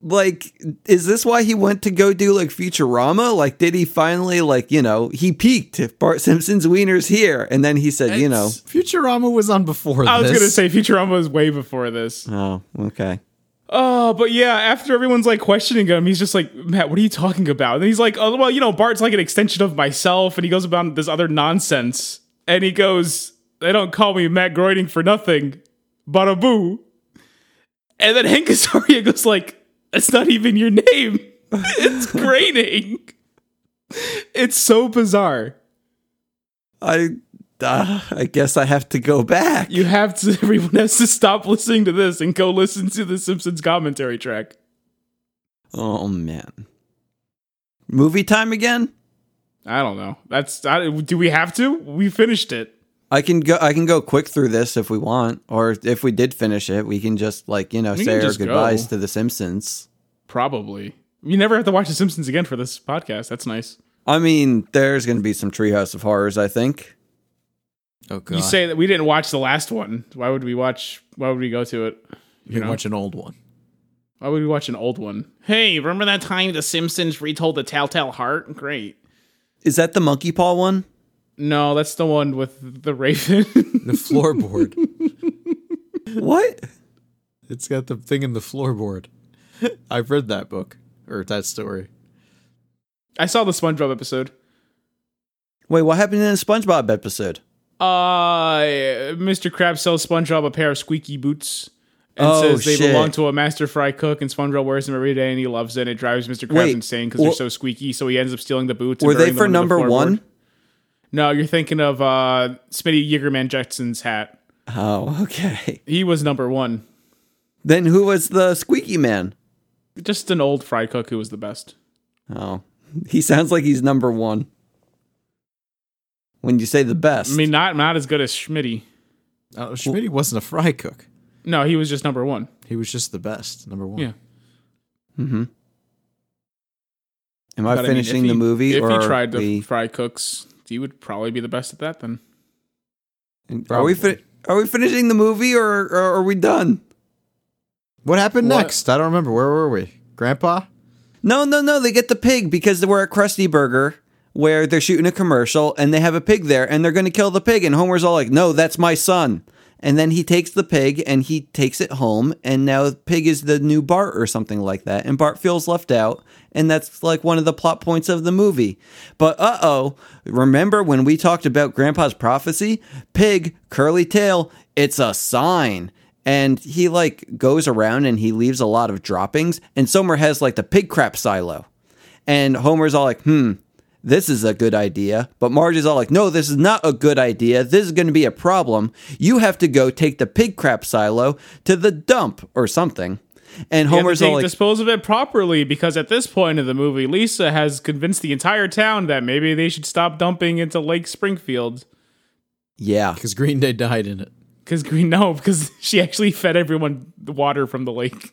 Speaker 3: like is this why he went to go do like Futurama? Like did he finally like, you know, he peaked if Bart Simpson's wiener's here and then he said, you know,
Speaker 2: It's-
Speaker 4: Futurama was on before
Speaker 2: I was
Speaker 4: this.
Speaker 2: going to say Futurama was way before this.
Speaker 3: oh, okay.
Speaker 2: Oh, but yeah, after everyone's like questioning him, he's just like, Matt, what are you talking about? And he's like, oh, well, you know, Bart's like an extension of myself. And he goes about this other nonsense. And he goes, they don't call me Matt Groening for nothing. Bada boo. And then Hank Azaria goes like, that's not even your name. It's Groening. it's so bizarre.
Speaker 3: I uh, I guess I have to go back.
Speaker 2: You have to, everyone has to stop listening to this and go listen to the Simpsons commentary track.
Speaker 3: Oh man. Movie time again?
Speaker 2: I don't know. That's I, do we have to? We finished it.
Speaker 3: I can go I can go quick through this if we want or if we did finish it, we can just like, you know,
Speaker 2: We
Speaker 3: say
Speaker 2: can
Speaker 3: our
Speaker 2: just go.
Speaker 3: goodbyes to the Simpsons.
Speaker 2: Probably. You never have to watch The Simpsons again for this podcast. That's nice.
Speaker 3: I mean, there's going to be some Treehouse of Horrors, I think.
Speaker 4: oh god,
Speaker 2: You say that we didn't watch the last one. Why would we watch? Why would we go to it?
Speaker 4: you can watch an old one.
Speaker 2: Why would we watch an old one? Hey, remember that time The Simpsons retold the Telltale Heart? Great.
Speaker 3: Is that the monkey paw one?
Speaker 2: No, that's the one with the Raven.
Speaker 4: The floorboard.
Speaker 3: What?
Speaker 4: it's got the thing in the floorboard. I've read that book or that story.
Speaker 2: I saw the SpongeBob episode.
Speaker 3: Wait, what happened in the SpongeBob episode?
Speaker 2: Uh, Mr. Krabs sells SpongeBob a pair of squeaky boots and
Speaker 3: Oh,
Speaker 2: says they
Speaker 3: shit.
Speaker 2: belong to a master fry cook, and SpongeBob wears them every day and he loves it. And it drives Mr. Krabs
Speaker 3: Wait,
Speaker 2: insane because they're
Speaker 3: were-
Speaker 2: so squeaky. So he ends up stealing the boots. and
Speaker 3: Were they
Speaker 2: burying them
Speaker 3: for
Speaker 2: under the
Speaker 3: number
Speaker 2: floorboard.
Speaker 3: one?
Speaker 2: No, you're thinking of uh, Smitty Yigerman Jetson's hat.
Speaker 3: Oh, okay.
Speaker 2: He was number one.
Speaker 3: Then who was the squeaky man?
Speaker 2: Just an old fry cook who was the best.
Speaker 3: Oh, he sounds like he's number one. When you say the best,
Speaker 2: I mean, not not as good as Schmitty.
Speaker 4: Oh, Schmitty wasn't a fry cook.
Speaker 2: No, he was just number one.
Speaker 4: He was just the best. Number one.
Speaker 2: Yeah.
Speaker 3: Mm-hmm. am I
Speaker 2: But mean, if
Speaker 3: finishing the
Speaker 2: he-
Speaker 3: movie
Speaker 2: If
Speaker 3: or
Speaker 2: he tried to
Speaker 3: we-
Speaker 2: fry cooks, he would probably be the best at that. Then
Speaker 3: are we fi- are we finishing the movie or, or are we done?
Speaker 4: What happened
Speaker 2: What-
Speaker 4: next? I don't remember. Where were we? Grandpa?
Speaker 3: No, no, no. They get the pig because they were at Krusty Burger where they're shooting a commercial and they have a pig there and they're going to kill the pig. And Homer's all like, no, that's my son. And then he takes the pig and he takes it home. And now the pig is the new Bart or something like that. And Bart feels left out. And that's like one of the plot points of the movie. But uh oh, remember when we talked about Grandpa's prophecy? Pig, curly tail, it's a sign and he like goes around and he leaves a lot of droppings and Somer has like the pig crap silo and Homer's all like hmm this is a good idea but Marge is all like no this is not a good idea this is going to be a problem you have to go take the pig crap silo to the dump or something and
Speaker 2: You have to
Speaker 3: Homer's all
Speaker 2: take-
Speaker 3: like
Speaker 2: dispose of it properly because at this point of the movie, Lisa has convinced the entire town that maybe they should stop dumping into Lake Springfield
Speaker 3: yeah
Speaker 4: Because Green Day died in it.
Speaker 2: because Green No, because she actually fed everyone the water from the lake,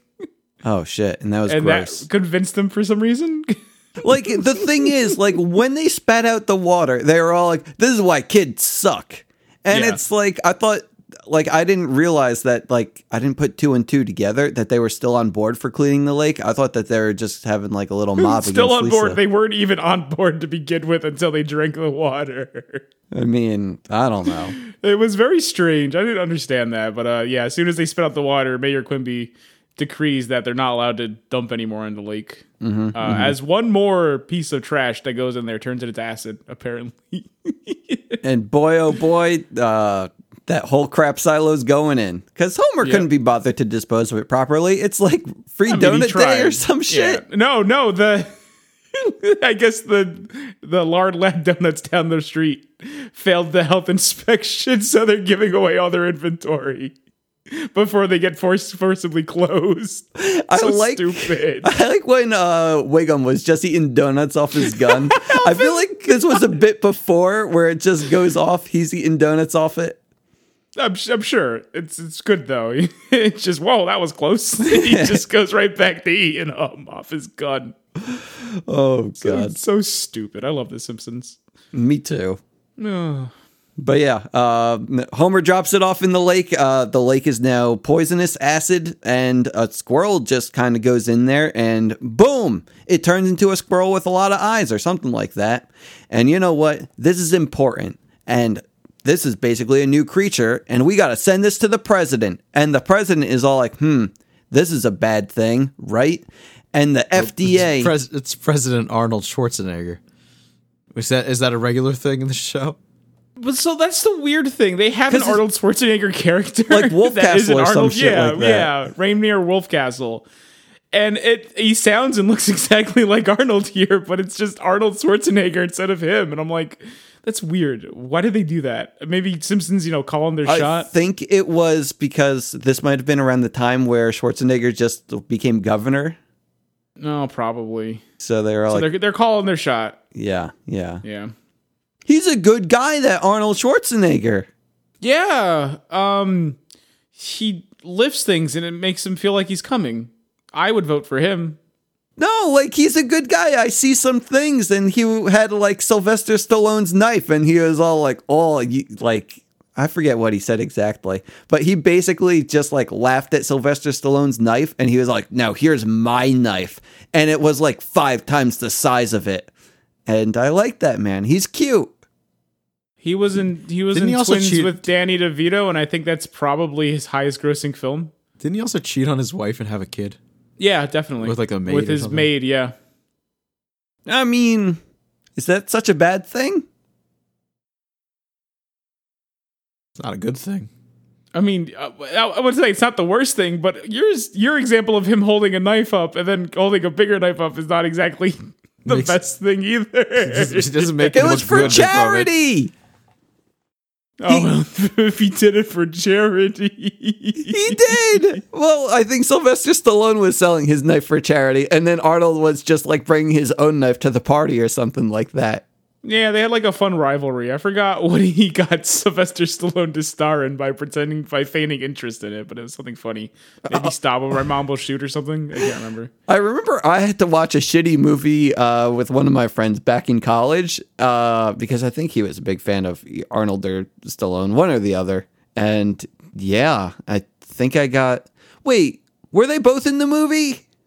Speaker 3: oh shit and that was
Speaker 2: and
Speaker 3: gross
Speaker 2: that convinced them for some reason.
Speaker 3: like the thing is like when they spat out the water they were all like this is why kids suck and
Speaker 2: Yeah.
Speaker 3: it's like i thought like I didn't realize that like I didn't put two and two together that they were still on board for cleaning the lake. I thought that they were just having like a little mob.
Speaker 2: Hmm, Still
Speaker 3: against
Speaker 2: on board.
Speaker 3: Lisa.
Speaker 2: They weren't even on board to begin with until they drank the water.
Speaker 3: I mean, I don't know.
Speaker 2: It was very strange. I didn't understand that, but uh, yeah, as soon as they spit out the water, Mayor Quimby decrees that they're not allowed to dump anymore in the lake.
Speaker 3: Mm-hmm,
Speaker 2: uh, As one more piece of trash that goes in there turns it into acid, apparently.
Speaker 3: And boy, oh boy, uh, that whole crap silo's going in because Homer couldn't be bothered to dispose of it properly. It's like free
Speaker 2: I mean, he
Speaker 3: donut day or
Speaker 2: tried.
Speaker 3: some shit.
Speaker 2: Yeah. No, no, the I guess the the lard lab donuts down the street failed the health inspection, so they're giving away all their inventory before they get forced forcibly closed.
Speaker 3: I
Speaker 2: so
Speaker 3: like-
Speaker 2: stupid.
Speaker 3: I like when uh, Wiggum was just eating donuts off his gun. I feel like this was a bit before where it just goes off. He's eating donuts off it.
Speaker 2: I'm, su- I'm sure it's it's good though. it's just whoa, that was close. he just goes right back to eating um, off his gun.
Speaker 3: Oh god,
Speaker 2: It's so stupid. I love The Simpsons.
Speaker 3: me too.
Speaker 2: Ugh.
Speaker 3: But yeah, uh, Homer drops it off in the lake. Uh, the lake is now poisonous acid, and a squirrel just kind of goes in there, and boom, it turns into a squirrel with a lot of eyes or something like that. And you know what? This is important, and this is basically a new creature, and we got to send this to the president. And the president is all like, "Hmm, this is a bad thing, right?" And the FDA,
Speaker 4: It's, pres- it's President Arnold Schwarzenegger. Is that is that a regular thing in the show?
Speaker 2: But so that's the weird thing. They have an
Speaker 3: 'Cause it's-
Speaker 2: Arnold Schwarzenegger character,
Speaker 3: Like Wolf
Speaker 2: that is an
Speaker 3: Castle or some shit
Speaker 2: yeah,
Speaker 3: like that.
Speaker 2: yeah, Rainier Wolfcastle, and it he sounds and looks exactly like Arnold here, but it's just Arnold Schwarzenegger instead of him. And I'm like, that's weird. Why did they do that? Maybe Simpsons, you know, calling their
Speaker 3: I
Speaker 2: shot.
Speaker 3: think it was because this might have been around the time where Schwarzenegger just became governor.
Speaker 2: No, probably.
Speaker 3: So they were like,
Speaker 2: they're they're calling their shot.
Speaker 3: yeah, yeah,
Speaker 2: Yeah.
Speaker 3: He's a good guy, that Arnold Schwarzenegger.
Speaker 2: Yeah. Um he lifts things and it makes him feel like he's coming. I would vote for him.
Speaker 3: No, like he's a good guy. I see some things, and he had like Sylvester Stallone's knife, and he was all like, "Oh, you, like I forget what he said exactly, but he basically just like laughed at Sylvester Stallone's knife, and he was like, "Now here's my knife," and it was like five times the size of it. And I like that man. He's cute.
Speaker 2: He was in he was
Speaker 4: Didn't he
Speaker 2: in
Speaker 4: also
Speaker 2: Twins
Speaker 4: cheat-
Speaker 2: with Danny DeVito and I think that's probably his highest grossing film.
Speaker 4: Didn't he also cheat on his wife and have a kid?
Speaker 2: Yeah, definitely.
Speaker 4: With, like, a maid
Speaker 2: With
Speaker 4: or
Speaker 2: his
Speaker 4: something.
Speaker 2: maid, yeah.
Speaker 3: I mean, is that such a bad thing?
Speaker 4: It's not a good thing.
Speaker 2: I mean, uh, I I would say it's not the worst thing, but yours your example of him holding a knife up and then holding a bigger knife up is not exactly the
Speaker 4: Makes-
Speaker 2: best thing either.
Speaker 4: It doesn't make
Speaker 3: It
Speaker 4: him
Speaker 3: was
Speaker 4: look
Speaker 3: for
Speaker 4: good, this moment.
Speaker 3: charity.
Speaker 2: oh, well, if he did it for charity.
Speaker 3: He did. Well, I think Sylvester Stallone was selling his knife for charity, and then Arnold was just like bringing his own knife to the party or something like that.
Speaker 2: Yeah, they had like a fun rivalry. I forgot what he got Sylvester Stallone to star in by pretending by feigning interest in it, but it was something funny. Maybe stop him, my mom will shoot or something. I can't remember.
Speaker 3: I remember I had to watch a shitty movie uh, with one of my friends back in college uh, because I think he was a big fan of Arnold or Stallone, one or the other. And yeah, I think I got. Wait, were they both in the movie?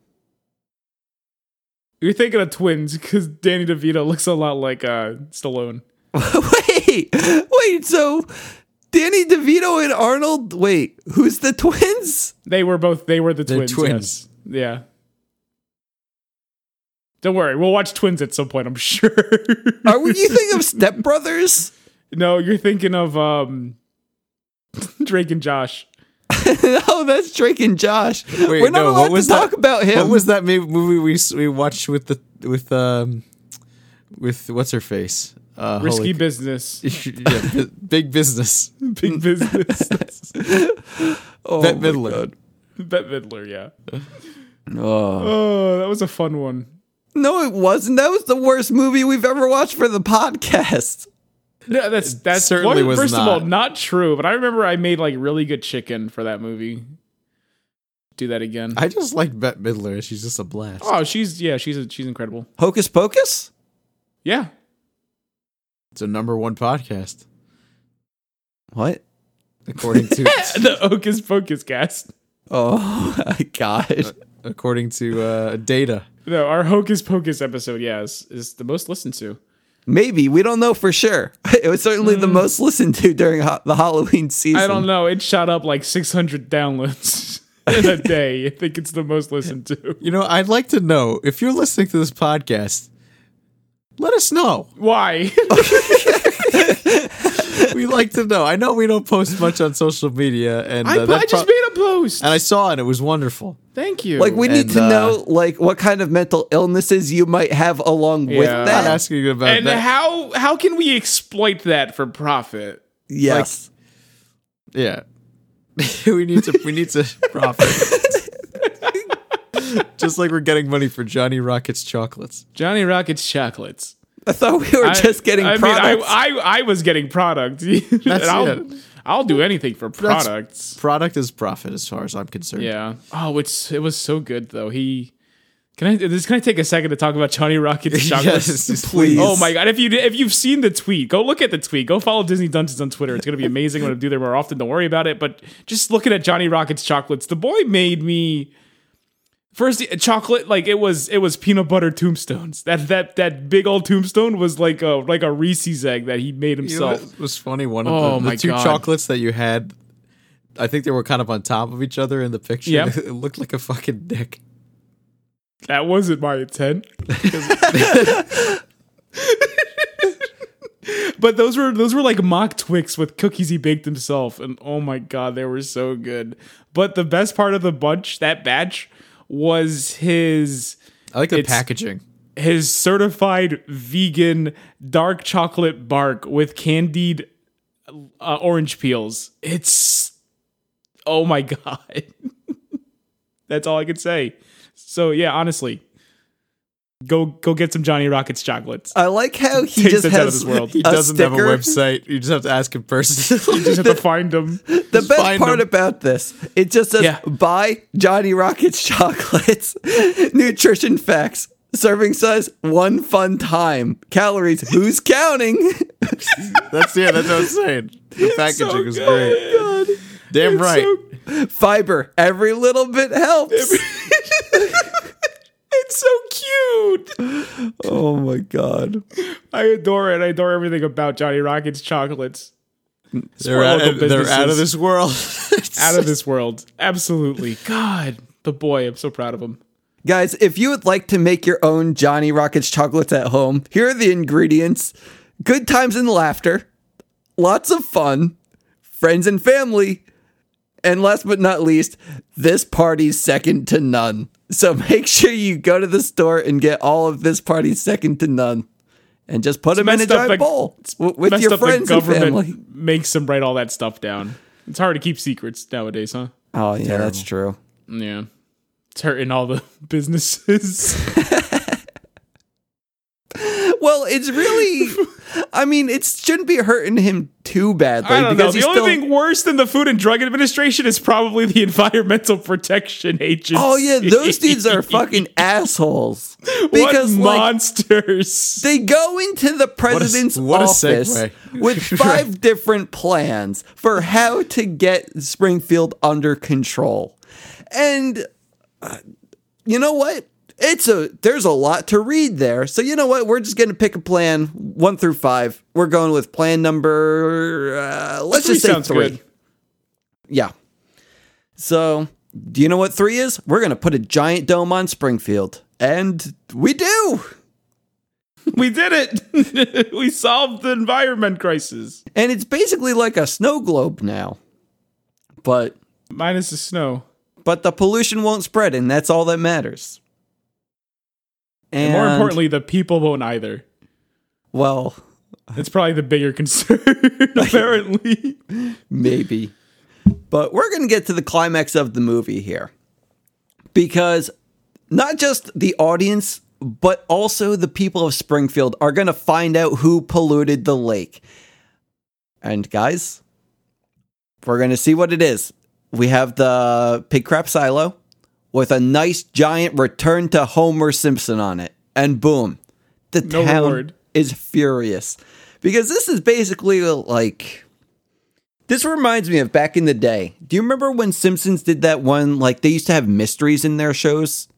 Speaker 2: You're thinking of twins because Danny DeVito looks a lot like uh, Stallone.
Speaker 3: wait, wait. So Danny DeVito and Arnold. Wait, who's the twins?
Speaker 2: They were both. They were the
Speaker 4: They're
Speaker 2: twins.
Speaker 4: twins.
Speaker 2: yes. Yeah. Don't worry, we'll watch twins at some point. I'm sure.
Speaker 3: Are we,
Speaker 4: e-,
Speaker 3: you think of Step Brothers?
Speaker 2: no, you're thinking of um, Drake and Josh.
Speaker 3: no, Oh, that's Drake and Josh.
Speaker 4: Wait,
Speaker 3: We're not
Speaker 4: no,
Speaker 3: allowed
Speaker 4: what was
Speaker 3: to
Speaker 4: that-
Speaker 3: talk about him.
Speaker 4: What was that ma- movie we s- we watched with the with um with what's her face? Uh,
Speaker 2: Risky
Speaker 4: holy-
Speaker 2: business.
Speaker 4: yeah, bi- big business.
Speaker 2: Big business.
Speaker 3: oh,
Speaker 4: Bette
Speaker 3: my
Speaker 4: Midler.
Speaker 3: God.
Speaker 2: Bette Midler, yeah.
Speaker 3: Oh.
Speaker 2: Oh, that was a fun one.
Speaker 3: No, it wasn't. That was the worst movie we've ever watched for the podcast.
Speaker 2: No, that's that's
Speaker 4: certainly was
Speaker 2: first of
Speaker 4: not.
Speaker 2: all not true. But I remember I made like really good chicken for that movie. Do that again.
Speaker 4: I just like Bette Midler. She's just a blast.
Speaker 3: Ah.
Speaker 2: oh, she's yeah, she's a, she's incredible.
Speaker 3: Hocus Pocus?
Speaker 2: Yeah,
Speaker 4: It's a number one podcast.
Speaker 3: What?
Speaker 4: according to
Speaker 2: the Hocus Pocus cast.
Speaker 3: Oh my god.
Speaker 4: according to uh, data.
Speaker 2: No, our Hocus Pocus episode, yes, is the most listened to.
Speaker 3: Maybe we don't know for sure. It was certainly the most listened to during ho- the Halloween season.
Speaker 2: I don't know. It shot up like 600 downloads in a day. I think it's the most listened to.
Speaker 4: You know, I'd like to know if you're listening to this podcast. Let us know.
Speaker 2: Why?
Speaker 4: We like to know. I know we don't post much on social media, and
Speaker 2: I,
Speaker 4: uh,
Speaker 2: po- I
Speaker 4: that
Speaker 2: just
Speaker 4: pro-
Speaker 2: made a post.
Speaker 4: and I saw it. and It was wonderful.
Speaker 2: Thank you.
Speaker 3: Like we need
Speaker 4: And,
Speaker 3: to
Speaker 4: uh,
Speaker 3: know like what kind of mental illnesses you might have along with
Speaker 2: Yeah.
Speaker 4: I'm
Speaker 3: that.
Speaker 4: not asking you about
Speaker 2: and
Speaker 4: that.
Speaker 2: how how can we exploit that for profit?
Speaker 3: yes.
Speaker 4: yeah, we need to. We need to profit. just like we're getting money for Johnny Rocket's chocolates.
Speaker 2: Johnny Rockets chocolates.
Speaker 3: I thought we were
Speaker 2: I-
Speaker 3: just getting
Speaker 2: I
Speaker 3: products.
Speaker 2: Mean, I, I I was getting product. And I'll,
Speaker 4: it.
Speaker 2: I'll do anything for products.
Speaker 4: Product is profit, as far as I'm concerned.
Speaker 2: Yeah. Oh, it's it was so good though. He can I this can I take a second to talk about Johnny Rockets chocolates?
Speaker 4: Yes,
Speaker 3: Please.
Speaker 2: Oh my god! If you if you've seen the tweet, go look at the tweet. Go follow Disney Dungeons on Twitter. It's gonna be amazing. I'm gonna do there more often. Don't worry about it. But just looking at Johnny Rockets chocolates, the boy made me first eh, chocolate like it was it was peanut butter tombstones. That that that big old tombstone was like a like a Reese's egg that he made
Speaker 4: You know,
Speaker 2: himself.
Speaker 4: it was funny. One of
Speaker 2: Oh
Speaker 4: the, the
Speaker 2: my
Speaker 4: two
Speaker 2: God.
Speaker 4: chocolates that you had, I think they were kind of on top of each other in the picture.
Speaker 2: Yep.
Speaker 4: It looked like a fucking dick.
Speaker 2: That wasn't my intent. but those were those were like mock Twix with cookies he baked himself, and oh my god, they were so good. But the best part of the bunch, that batch, was his
Speaker 4: I like the
Speaker 2: It's-
Speaker 4: packaging.
Speaker 2: his certified vegan dark chocolate bark with candied uh, orange peels. It's oh my god. That's all I could say. So yeah, honestly, go go get some Johnny Rockets chocolates.
Speaker 3: I like how he
Speaker 2: Takes
Speaker 3: just
Speaker 2: us
Speaker 3: has
Speaker 2: out of this world. He
Speaker 4: He
Speaker 3: a
Speaker 4: doesn't have a
Speaker 3: sticker.
Speaker 4: website. You just have to ask him personally.
Speaker 2: Just have to find them.
Speaker 3: The best
Speaker 4: find
Speaker 3: part
Speaker 4: them.
Speaker 3: about this, it just says
Speaker 2: Yeah.
Speaker 3: buy Johnny Rockets chocolates. Nutrition facts. Serving size, one fun time. Calories, who's counting?
Speaker 4: that's yeah. That's what I'm saying. The packaging
Speaker 2: so
Speaker 4: was great.
Speaker 2: good.
Speaker 4: Damn
Speaker 2: It's
Speaker 4: right.
Speaker 2: so-
Speaker 3: Fiber, every little bit helps.
Speaker 2: it's so cute.
Speaker 3: oh my god.
Speaker 2: I adore it. I adore everything about Johnny Rockets chocolates.
Speaker 4: they're, out,
Speaker 2: local
Speaker 4: they're out of
Speaker 2: businesses.
Speaker 4: this world.
Speaker 2: Out of this world. Absolutely. God, the boy. I'm so proud of him.
Speaker 3: Guys, if you would like to make your own Johnny Rockets chocolates at home, here are the ingredients good times and laughter, lots of fun, friends and family, and last but not least, this party's second to none. So make sure you go to the store and get all of this party's second to none and just put them in a
Speaker 2: messed up
Speaker 3: giant
Speaker 2: the-
Speaker 3: bowl
Speaker 2: it's
Speaker 3: w- with
Speaker 2: messed
Speaker 3: your
Speaker 2: up the
Speaker 3: friends and family.
Speaker 2: makes them write all that stuff down. It's hard to keep secrets nowadays, huh?
Speaker 3: Oh, yeah, that's true.
Speaker 2: Yeah. It's hurting all the businesses.
Speaker 3: Well, it's really, I mean, it shouldn't be hurting him too badly
Speaker 2: I don't know.
Speaker 3: because
Speaker 2: The
Speaker 3: he's
Speaker 2: only
Speaker 3: still.
Speaker 2: thing worse than the Food and Drug Administration is probably the Environmental Protection Agency.
Speaker 3: Oh yeah, those dudes are fucking assholes. Because
Speaker 2: what
Speaker 3: like
Speaker 2: monsters.
Speaker 3: they go into the president's
Speaker 4: what a
Speaker 3: office
Speaker 4: segue.
Speaker 3: with five different plans for how to get Springfield under control. And uh, you know what? It's a there's a lot to read there. So you know what? We're just going to pick a plan 1 through 5. We're going with plan number uh, let's
Speaker 2: Three
Speaker 3: just say
Speaker 2: sounds
Speaker 3: 3.
Speaker 2: good.
Speaker 3: Yeah. So, do you know what three is? We're going to put a giant dome on Springfield. And we do.
Speaker 2: We did it. we solved the environment crisis.
Speaker 3: And it's basically like a snow globe now. But
Speaker 2: Minus the snow.
Speaker 3: but the pollution won't spread and that's all that matters.
Speaker 2: And more importantly, the people won't either.
Speaker 3: well,
Speaker 2: That's probably the bigger concern, apparently.
Speaker 3: maybe. But we're going to get to the climax of the movie here. Because not just the audience, but also the people of Springfield are going to find out who polluted the lake. And guys, we're going to see what it is. We have the pig crap silo with a nice giant return to Homer Simpson on it. And boom, the
Speaker 2: No
Speaker 3: town
Speaker 2: reward.
Speaker 3: is furious because this is basically like This reminds me of back in the day. Do you remember when Simpsons did that one? Like they used to have mysteries in their shows.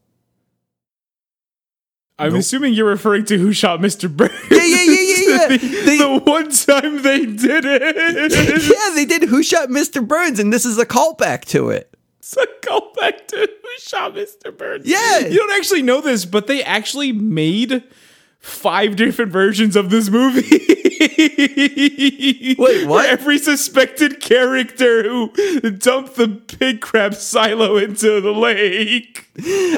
Speaker 2: I'm assuming you're referring to Who Shot Mr. Burns.
Speaker 3: Yeah, yeah, yeah, yeah, yeah.
Speaker 2: the,
Speaker 3: They-
Speaker 2: the one time they did it.
Speaker 3: yeah, they did. Who shot Mr. Burns? And this is a callback to it.
Speaker 2: So go back to Who Shot Mr. Burns.
Speaker 3: Yeah.
Speaker 2: You don't actually know this, but they actually made five different versions of this movie.
Speaker 3: Wait, what?
Speaker 2: For every suspected character who dumped the pig crap silo into the lake.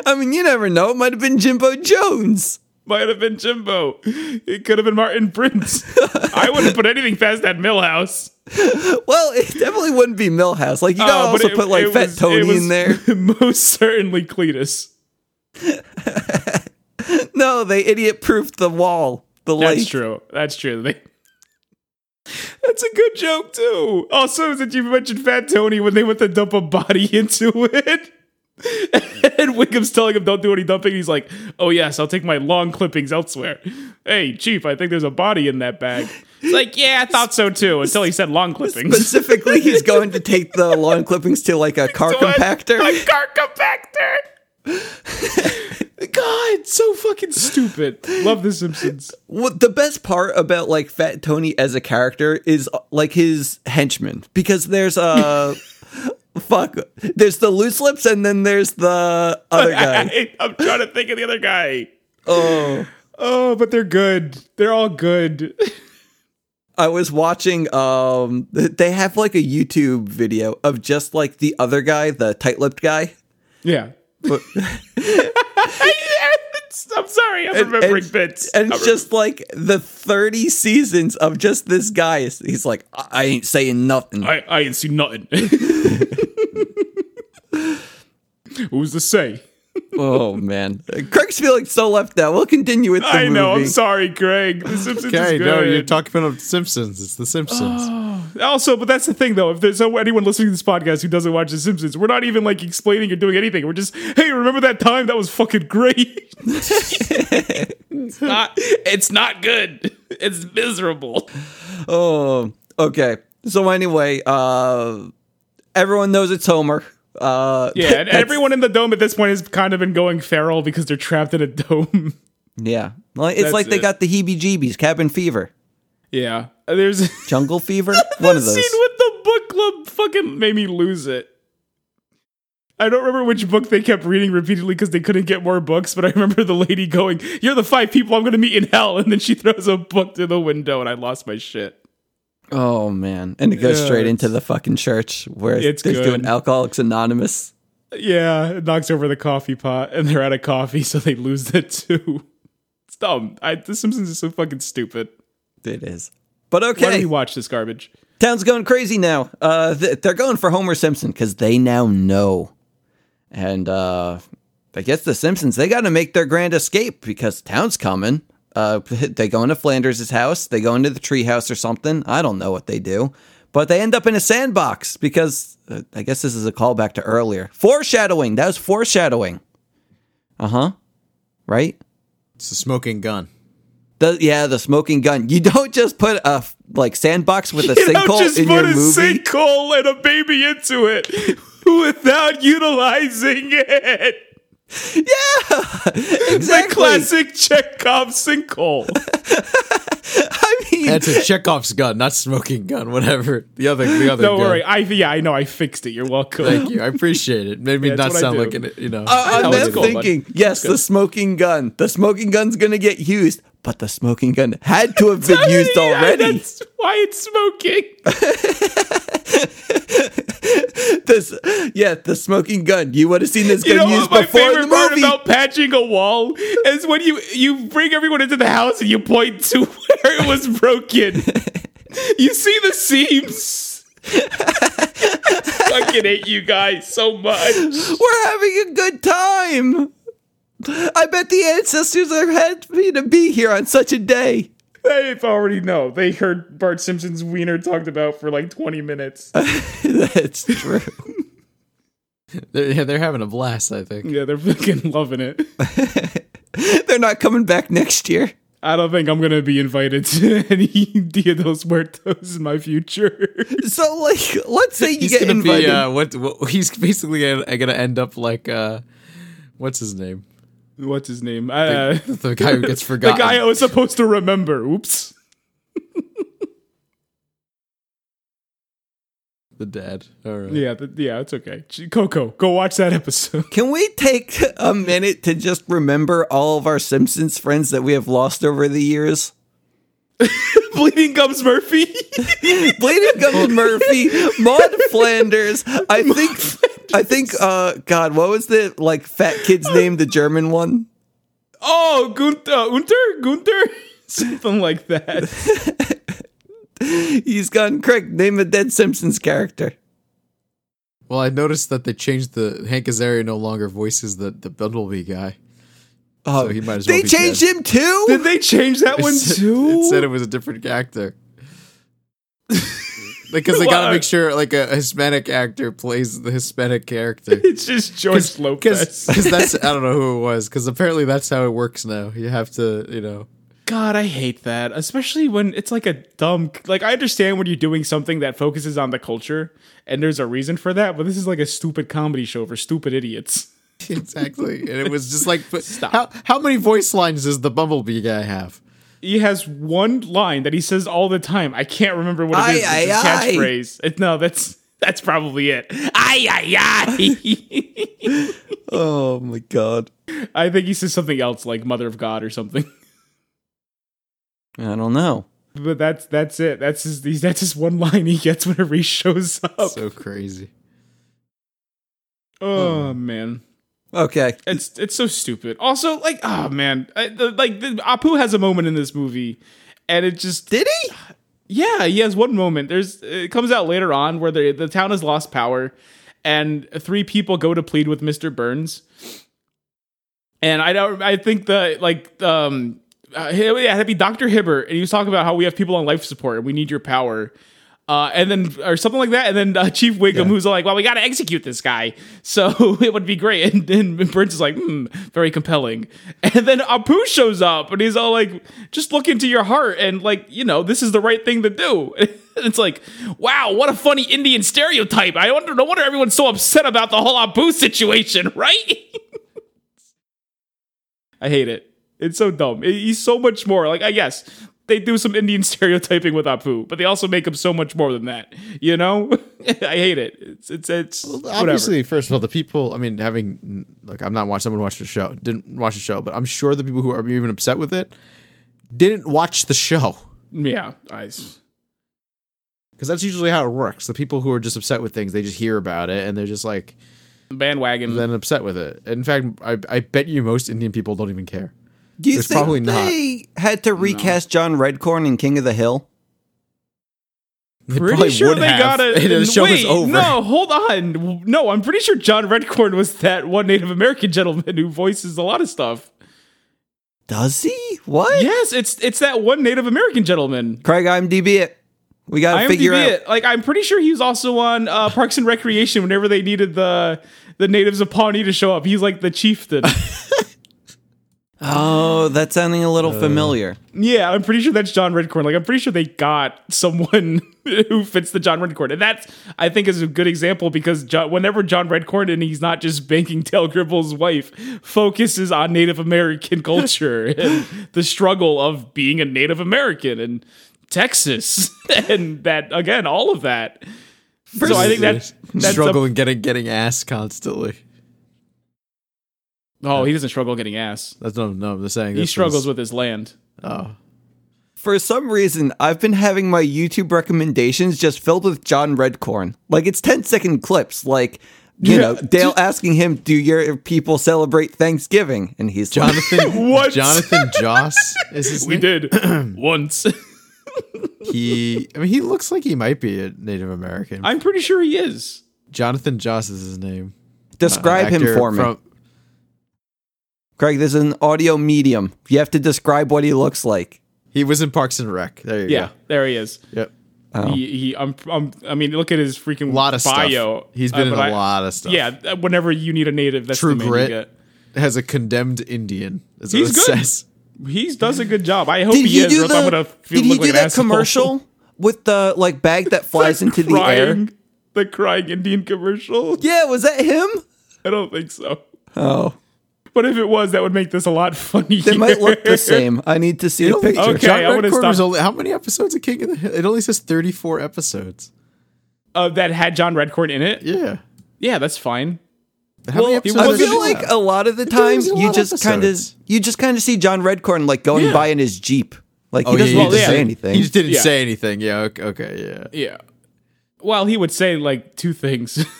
Speaker 3: I mean, you never know. It might have been Jimbo Jones.
Speaker 2: Might have been Jimbo. It could have been Martin Prince. I wouldn't put anything past that millhouse.
Speaker 3: Well, it definitely wouldn't be Millhouse. Like you gotta
Speaker 2: Oh, but
Speaker 3: also
Speaker 2: it-
Speaker 3: put like
Speaker 2: it
Speaker 3: Fat
Speaker 2: was- it
Speaker 3: Tony
Speaker 2: was
Speaker 3: in there.
Speaker 2: Most certainly Cletus.
Speaker 3: No, they idiot proofed the wall. The
Speaker 2: That's
Speaker 3: lake.
Speaker 2: true. That's true. They- That's a good joke too. Also, that you mentioned Fat Tony when they went to dump a body into it. And Wickham's telling him don't do any dumping. He's like, "Oh yes, I'll take my long clippings elsewhere." Hey, chief, I think there's a body in that bag. It's like, yeah, I thought so too. Until he said long clippings.
Speaker 3: Specifically, he's going to take the lawn clippings to like a car compactor.
Speaker 2: A car compactor. God, so fucking stupid. Love The Simpsons.
Speaker 3: What the best part about like Fat Tony as a character is uh, like his henchmen because there's uh, fuck there's the loose lips and then there's the other guy.
Speaker 2: I'm trying to think of the other guy.
Speaker 3: Oh,
Speaker 2: Oh, but they're good. They're all good.
Speaker 3: I was watching um th- they have like a YouTube video of just like the other guy, the tight-lipped guy.
Speaker 2: Yeah.
Speaker 3: But
Speaker 2: It's- I'm sorry, I'm remembering bits.
Speaker 3: And
Speaker 2: I'm
Speaker 3: it's just like the 30 seasons of just this guy. is- He's like, I I ain't saying nothing.
Speaker 2: I, I ain't seen nothing. Who's to say?
Speaker 3: oh, man. Craig's feeling so left out. We'll continue with the
Speaker 2: I know.
Speaker 3: movie.
Speaker 2: I'm sorry, Greg. The Simpsons
Speaker 4: Okay,
Speaker 2: is good.
Speaker 4: no, you're talking about Simpsons. It's the Simpsons.
Speaker 2: also, but that's the thing, though. If there's so anyone listening to this podcast who doesn't watch The Simpsons, we're not even like explaining or doing anything. We're just, hey, remember that time? That was fucking great. it's not. It's not good. It's miserable.
Speaker 3: Oh, okay. So anyway, uh, everyone knows it's Homer. Uh,
Speaker 2: Yeah, and everyone in the dome at this point has kind of been going feral because they're trapped in a dome.
Speaker 3: yeah. Like, it's
Speaker 2: That's
Speaker 3: like they
Speaker 2: it.
Speaker 3: got the heebie-jeebies, cabin fever,
Speaker 2: yeah, Uh, there's a scene
Speaker 3: jungle fever, one of those.
Speaker 2: with the book club fucking made me lose it. I don't remember which book they kept reading repeatedly because they couldn't get more books, but I remember the lady going, "You're the five people I'm going to meet in hell," and then she throws a book through the window, and I lost my shit.
Speaker 3: Oh man! And it goes
Speaker 2: Yeah,
Speaker 3: straight
Speaker 2: it's-
Speaker 3: into the fucking church where
Speaker 2: It's
Speaker 3: they're
Speaker 2: good.
Speaker 3: doing Alcoholics Anonymous.
Speaker 2: Yeah, it knocks over the coffee pot, and they're out of coffee, so they lose that too. It's dumb. I, the Simpsons is so fucking stupid.
Speaker 3: It is. But
Speaker 2: Why do
Speaker 3: okay,
Speaker 2: we watch this garbage?
Speaker 3: town's going crazy now. Uh, th- they're going for Homer Simpson because they now know, and uh, I guess the Simpsons they got to make their grand escape because town's coming. Uh, they go into Flanders' house. They go into the treehouse or something. I don't know what they do, but they end up in a sandbox because uh, I guess this is a callback to earlier foreshadowing. That was foreshadowing. Uh huh. Right.
Speaker 4: It's a smoking gun.
Speaker 3: The, yeah, the smoking gun. You don't just put a f- like sandbox with a
Speaker 2: You don't
Speaker 3: sinkhole
Speaker 2: just
Speaker 3: in
Speaker 2: put
Speaker 3: your
Speaker 2: a
Speaker 3: movie.
Speaker 2: sinkhole and a baby into it without utilizing it. The
Speaker 3: exactly.
Speaker 2: classic Chekhov sinkhole.
Speaker 3: I mean,
Speaker 4: That's a Chekhov's gun, not smoking gun. Whatever. The other, the other.
Speaker 2: don't
Speaker 4: gun.
Speaker 2: worry. I yeah, I know. I fixed it. You're welcome.
Speaker 4: Thank you. I appreciate it. Made me
Speaker 2: Yeah,
Speaker 4: not
Speaker 2: it's what I
Speaker 4: sound
Speaker 2: do.
Speaker 4: like an, you know.
Speaker 3: I- uh, I'm
Speaker 2: That was
Speaker 3: then
Speaker 2: cool, bud.
Speaker 3: thinking, yes, the smoking gun. The smoking gun's gonna get used, but the smoking gun had to have been used
Speaker 2: Yeah,
Speaker 3: already.
Speaker 2: That's why it's smoking.
Speaker 3: This, yeah, the smoking gun. You would have seen this
Speaker 2: You know
Speaker 3: gun used
Speaker 2: what my
Speaker 3: before in
Speaker 2: favorite
Speaker 3: the
Speaker 2: part
Speaker 3: movie.
Speaker 2: about patching a wall is when you you bring everyone into the house and you point to where it was broken. you see the seams. I fucking hate you guys so much.
Speaker 3: We're having a good time. I bet the ancestors are happy to be here on such a day.
Speaker 2: They already know. They heard Bart Simpson's wiener talked about for like 20 minutes.
Speaker 3: That's true.
Speaker 4: they're, yeah, they're having a blast. I think.
Speaker 2: yeah, they're fucking loving it.
Speaker 3: They're not coming back next year.
Speaker 2: I don't think I'm gonna be invited to any Dia de los Muertos in my future.
Speaker 3: So like, let's say you
Speaker 4: he's
Speaker 3: get
Speaker 4: gonna
Speaker 3: invited.
Speaker 4: be uh, what, what? He's basically gonna, gonna end up like uh, what's his name?
Speaker 2: What's his name? Uh,
Speaker 4: The guy who gets
Speaker 2: the
Speaker 4: forgotten.
Speaker 2: guy I was supposed to remember. Oops.
Speaker 4: the dad. uh, All right.
Speaker 2: Yeah, th- yeah, it's okay. Ch- Coco, go watch that episode.
Speaker 3: Can we take a minute to just remember all of our Simpsons friends that we have lost over the years?
Speaker 2: Bleeding Gums Murphy.
Speaker 3: Bleeding Gums Murphy, Maud Flanders. I think, I think. Uh, God, what was the like fat kid's name? The German one.
Speaker 2: oh, Gunther, uh, Unter, Gunther, something like that.
Speaker 3: He's gone. Craig, name a dead Simpsons character.
Speaker 4: Well, I noticed that they changed the Hank Azaria no longer voices the the Bumblebee guy.
Speaker 3: Oh,
Speaker 4: he might as well
Speaker 3: they
Speaker 4: be
Speaker 3: changed
Speaker 4: dead.
Speaker 3: him too.
Speaker 2: Did they change that one
Speaker 4: It said-
Speaker 2: too?
Speaker 4: It said it was a different actor. because they gotta
Speaker 2: Why?
Speaker 4: make sure like a Hispanic actor plays the Hispanic character.
Speaker 2: it's just George
Speaker 4: Because
Speaker 2: Lopez.
Speaker 4: that's I don't know who it was. Because apparently that's how it works now. You have to you know.
Speaker 2: God, I hate that, especially when it's like a dumb. Like I understand when you're doing something that focuses on the culture, and there's a reason for that. But this is like a stupid comedy show for stupid idiots.
Speaker 4: Exactly, and it was just like, but how how many voice lines does the Bumblebee guy have?
Speaker 2: He has one line that he says all the time. I can't remember what it is.
Speaker 3: Aye, aye,
Speaker 2: it's
Speaker 3: aye.
Speaker 2: his catchphrase. It, no, that's that's probably it. Aye, aye, aye.
Speaker 3: oh my God.
Speaker 2: I think he says something else like "Mother of God" or something.
Speaker 3: I don't know.
Speaker 2: But that's that's it. That's his. he's- That's his one line he gets whenever he shows up.
Speaker 4: So crazy.
Speaker 2: oh man.
Speaker 3: Okay.
Speaker 2: It's it's so stupid. Also, like, oh man, I, the, like the, Apu has a moment in this movie, and it just
Speaker 3: Did he?
Speaker 2: yeah, he has one moment. There's it comes out later on where the the town has lost power, and three people go to plead with Mister Burns. And I don't. I think the like um uh, yeah, that'd be Doctor Hibbert, and he was talking about how we have people on life support and we need your power. Uh, and then, or something like that, and then uh, Chief Wiggum, who's like, "Well, we got to execute this guy, so it would be great." And then Burns is like, hmm, "Very compelling." And then Apu shows up, and he's all like, "Just look into your heart, and like, you know, this is the right thing to do." And it's like, "Wow, what a funny Indian stereotype!" I wonder, no wonder everyone's so upset about the whole Apu situation, right? I hate it. It's so dumb. It- He's so much more. Like, I guess they do some Indian stereotyping with Apu, but they also make him so much more than that. You know, I hate it. It's it's it's whatever.
Speaker 4: Obviously, first of all, the people. I mean, having look, I'm not watching. Someone watched the show, didn't watch the show, but I'm sure the people who are even upset with it didn't watch the show
Speaker 2: Yeah, I s-
Speaker 4: because that's usually how it works. The people who are just upset with things, they just hear about it and they're just like
Speaker 2: bandwagon.
Speaker 4: then upset with it. In fact, I, I bet you most Indian people don't even care.
Speaker 3: Do you
Speaker 4: It's
Speaker 3: think
Speaker 4: probably not.
Speaker 3: they had to recast John Redcorn in King of the Hill?
Speaker 4: They
Speaker 2: Pretty
Speaker 4: probably
Speaker 2: sure
Speaker 4: would
Speaker 2: they
Speaker 4: have
Speaker 2: got a
Speaker 4: if the show
Speaker 2: wait,
Speaker 4: was over.
Speaker 2: No, hold on. No, I'm pretty sure John Redcorn was that one Native American gentleman who voices a lot of stuff.
Speaker 3: Does he? What?
Speaker 2: Yes, it's it's that one Native American gentleman.
Speaker 3: Craig, IMDb it. We gotta figure
Speaker 2: IMDb
Speaker 3: out.
Speaker 2: it. Like I'm pretty sure he was also on uh, Parks and Recreation whenever they needed the the natives of Pawnee to show up. He's like the chieftain.
Speaker 3: Oh, that's sounding a
Speaker 4: Uh,
Speaker 3: little familiar.
Speaker 2: yeah, I'm pretty sure that's John Redcorn. Like I'm pretty sure they got someone who fits the John Redcorn, and that's I think is a good example because John, whenever John Redcorn and he's not just banking Tail Gribble's wife, focuses on Native American culture and the struggle of being a Native American and Texas and that again all of that. so I think that's that's a
Speaker 4: struggling getting getting ass constantly.
Speaker 2: Oh, he doesn't struggle getting ass.
Speaker 4: That's no, no. I'm just saying
Speaker 2: He struggles with his land.
Speaker 4: Oh,
Speaker 3: For some reason, I've been having my YouTube recommendations just filled with John Redcorn. Like it's 10 second clips, like you know, Dale asking him, "Do your people celebrate Thanksgiving?" And he's like,
Speaker 4: Jonathan.
Speaker 2: What?
Speaker 4: Jonathan Joss is his
Speaker 2: We
Speaker 4: name?
Speaker 2: did once.
Speaker 4: He. I mean, he looks like he might be a Native American.
Speaker 2: I'm pretty sure he is.
Speaker 4: Jonathan Joss is his name. Uh,
Speaker 3: "Describe him
Speaker 4: Actor
Speaker 3: for me."
Speaker 4: from-
Speaker 3: Craig, this is an audio medium. You have to describe what he looks like.
Speaker 4: he was in Parks and Rec. There you
Speaker 2: Yeah, there he is.
Speaker 4: go. Yep.
Speaker 3: Oh.
Speaker 2: He, he, I'm, I'm, I mean, look at his freaking
Speaker 4: A lot of
Speaker 2: bio.
Speaker 4: stuff. He's been
Speaker 2: Uh,
Speaker 4: in
Speaker 2: but
Speaker 4: a
Speaker 2: I-
Speaker 4: lot of stuff.
Speaker 2: Yeah, uh, whenever you need a native, that's
Speaker 4: True
Speaker 2: the man you
Speaker 4: Grit
Speaker 2: get.
Speaker 4: has a condemned Indian. Is
Speaker 2: He's
Speaker 4: what it
Speaker 2: good.
Speaker 4: says.
Speaker 2: He does a good job. I hope
Speaker 3: Did
Speaker 2: he,
Speaker 3: he
Speaker 2: is, or
Speaker 3: do
Speaker 2: else I'm
Speaker 3: the?
Speaker 2: gonna feel
Speaker 3: Did he
Speaker 2: look like
Speaker 3: do
Speaker 2: an
Speaker 3: that
Speaker 2: asshole.
Speaker 3: commercial with the like bag that flies into the air?
Speaker 2: Crying, the crying Indian commercial.
Speaker 3: Yeah, was that him?
Speaker 2: I don't think so.
Speaker 3: Oh,
Speaker 2: But if it was, that would make this a lot funnier.
Speaker 3: they might look the same. I need to see a picture.
Speaker 2: Okay,
Speaker 4: John
Speaker 2: I would've
Speaker 4: Redcorn was
Speaker 2: stopped.
Speaker 4: Only, how many episodes of King of the Hill? It only says 34 episodes.
Speaker 2: Uh, that had John Redcorn in it.
Speaker 4: Yeah.
Speaker 2: Yeah, that's fine.
Speaker 4: How
Speaker 2: Well,
Speaker 4: many
Speaker 2: he
Speaker 4: episodes
Speaker 3: I
Speaker 2: wasn't-
Speaker 4: does it
Speaker 3: feel like
Speaker 4: have?
Speaker 3: a lot of the
Speaker 4: does
Speaker 3: time
Speaker 4: a
Speaker 3: you
Speaker 4: lot of
Speaker 3: just kind of
Speaker 4: episodes.
Speaker 3: you just kind of see John Redcorn like going
Speaker 2: Yeah.
Speaker 3: by in his jeep. Like he
Speaker 4: Oh, yeah,
Speaker 3: doesn't
Speaker 4: he
Speaker 3: need to
Speaker 2: did.
Speaker 3: say
Speaker 2: Yeah.
Speaker 3: anything.
Speaker 4: He just didn't
Speaker 2: Yeah.
Speaker 4: say anything. Yeah. Okay. okay, yeah.
Speaker 2: Yeah. Well, he would say like two things.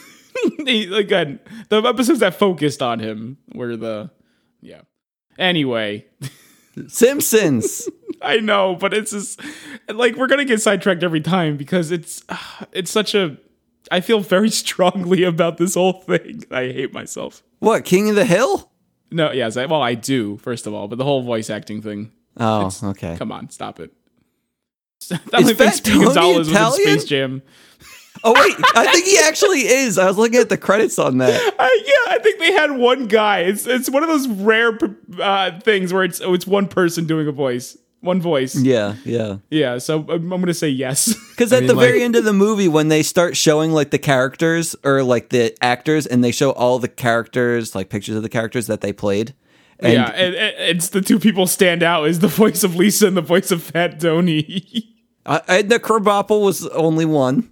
Speaker 2: He- Again, the episodes that focused on him were the yeah. Anyway,
Speaker 3: Simpsons.
Speaker 2: I know, but it's just like we're gonna get sidetracked every time because it's it's such a. I feel very strongly about this whole thing. I hate myself.
Speaker 3: what King of the Hill?
Speaker 2: No, yes, I, well, I do first of all, but the whole voice acting thing.
Speaker 3: Oh, okay.
Speaker 2: Come on, stop it. The only thing
Speaker 3: Fat
Speaker 2: Speedy
Speaker 3: Tony
Speaker 2: Gonzalez was in
Speaker 3: Italian?
Speaker 2: Space Jam.
Speaker 3: Oh wait, I think he actually is. I was looking at the credits on that.
Speaker 2: I, Uh, yeah, I think they had one guy. It's it's one of those rare uh, things where it's oh, it's one person doing a voice, one voice. Yeah.
Speaker 3: Yeah, yeah.
Speaker 2: so I'm, I'm gonna say yes.
Speaker 3: Because at
Speaker 4: mean,
Speaker 3: the
Speaker 4: like-
Speaker 3: very end of the movie, when they start showing like the characters or like the actors, and they show all the characters, like pictures of the characters that they played, and
Speaker 2: yeah, and, and it's the two people stand out is the voice of Lisa and the voice of Fat Tony.
Speaker 3: I, Edna Krabappel was only one.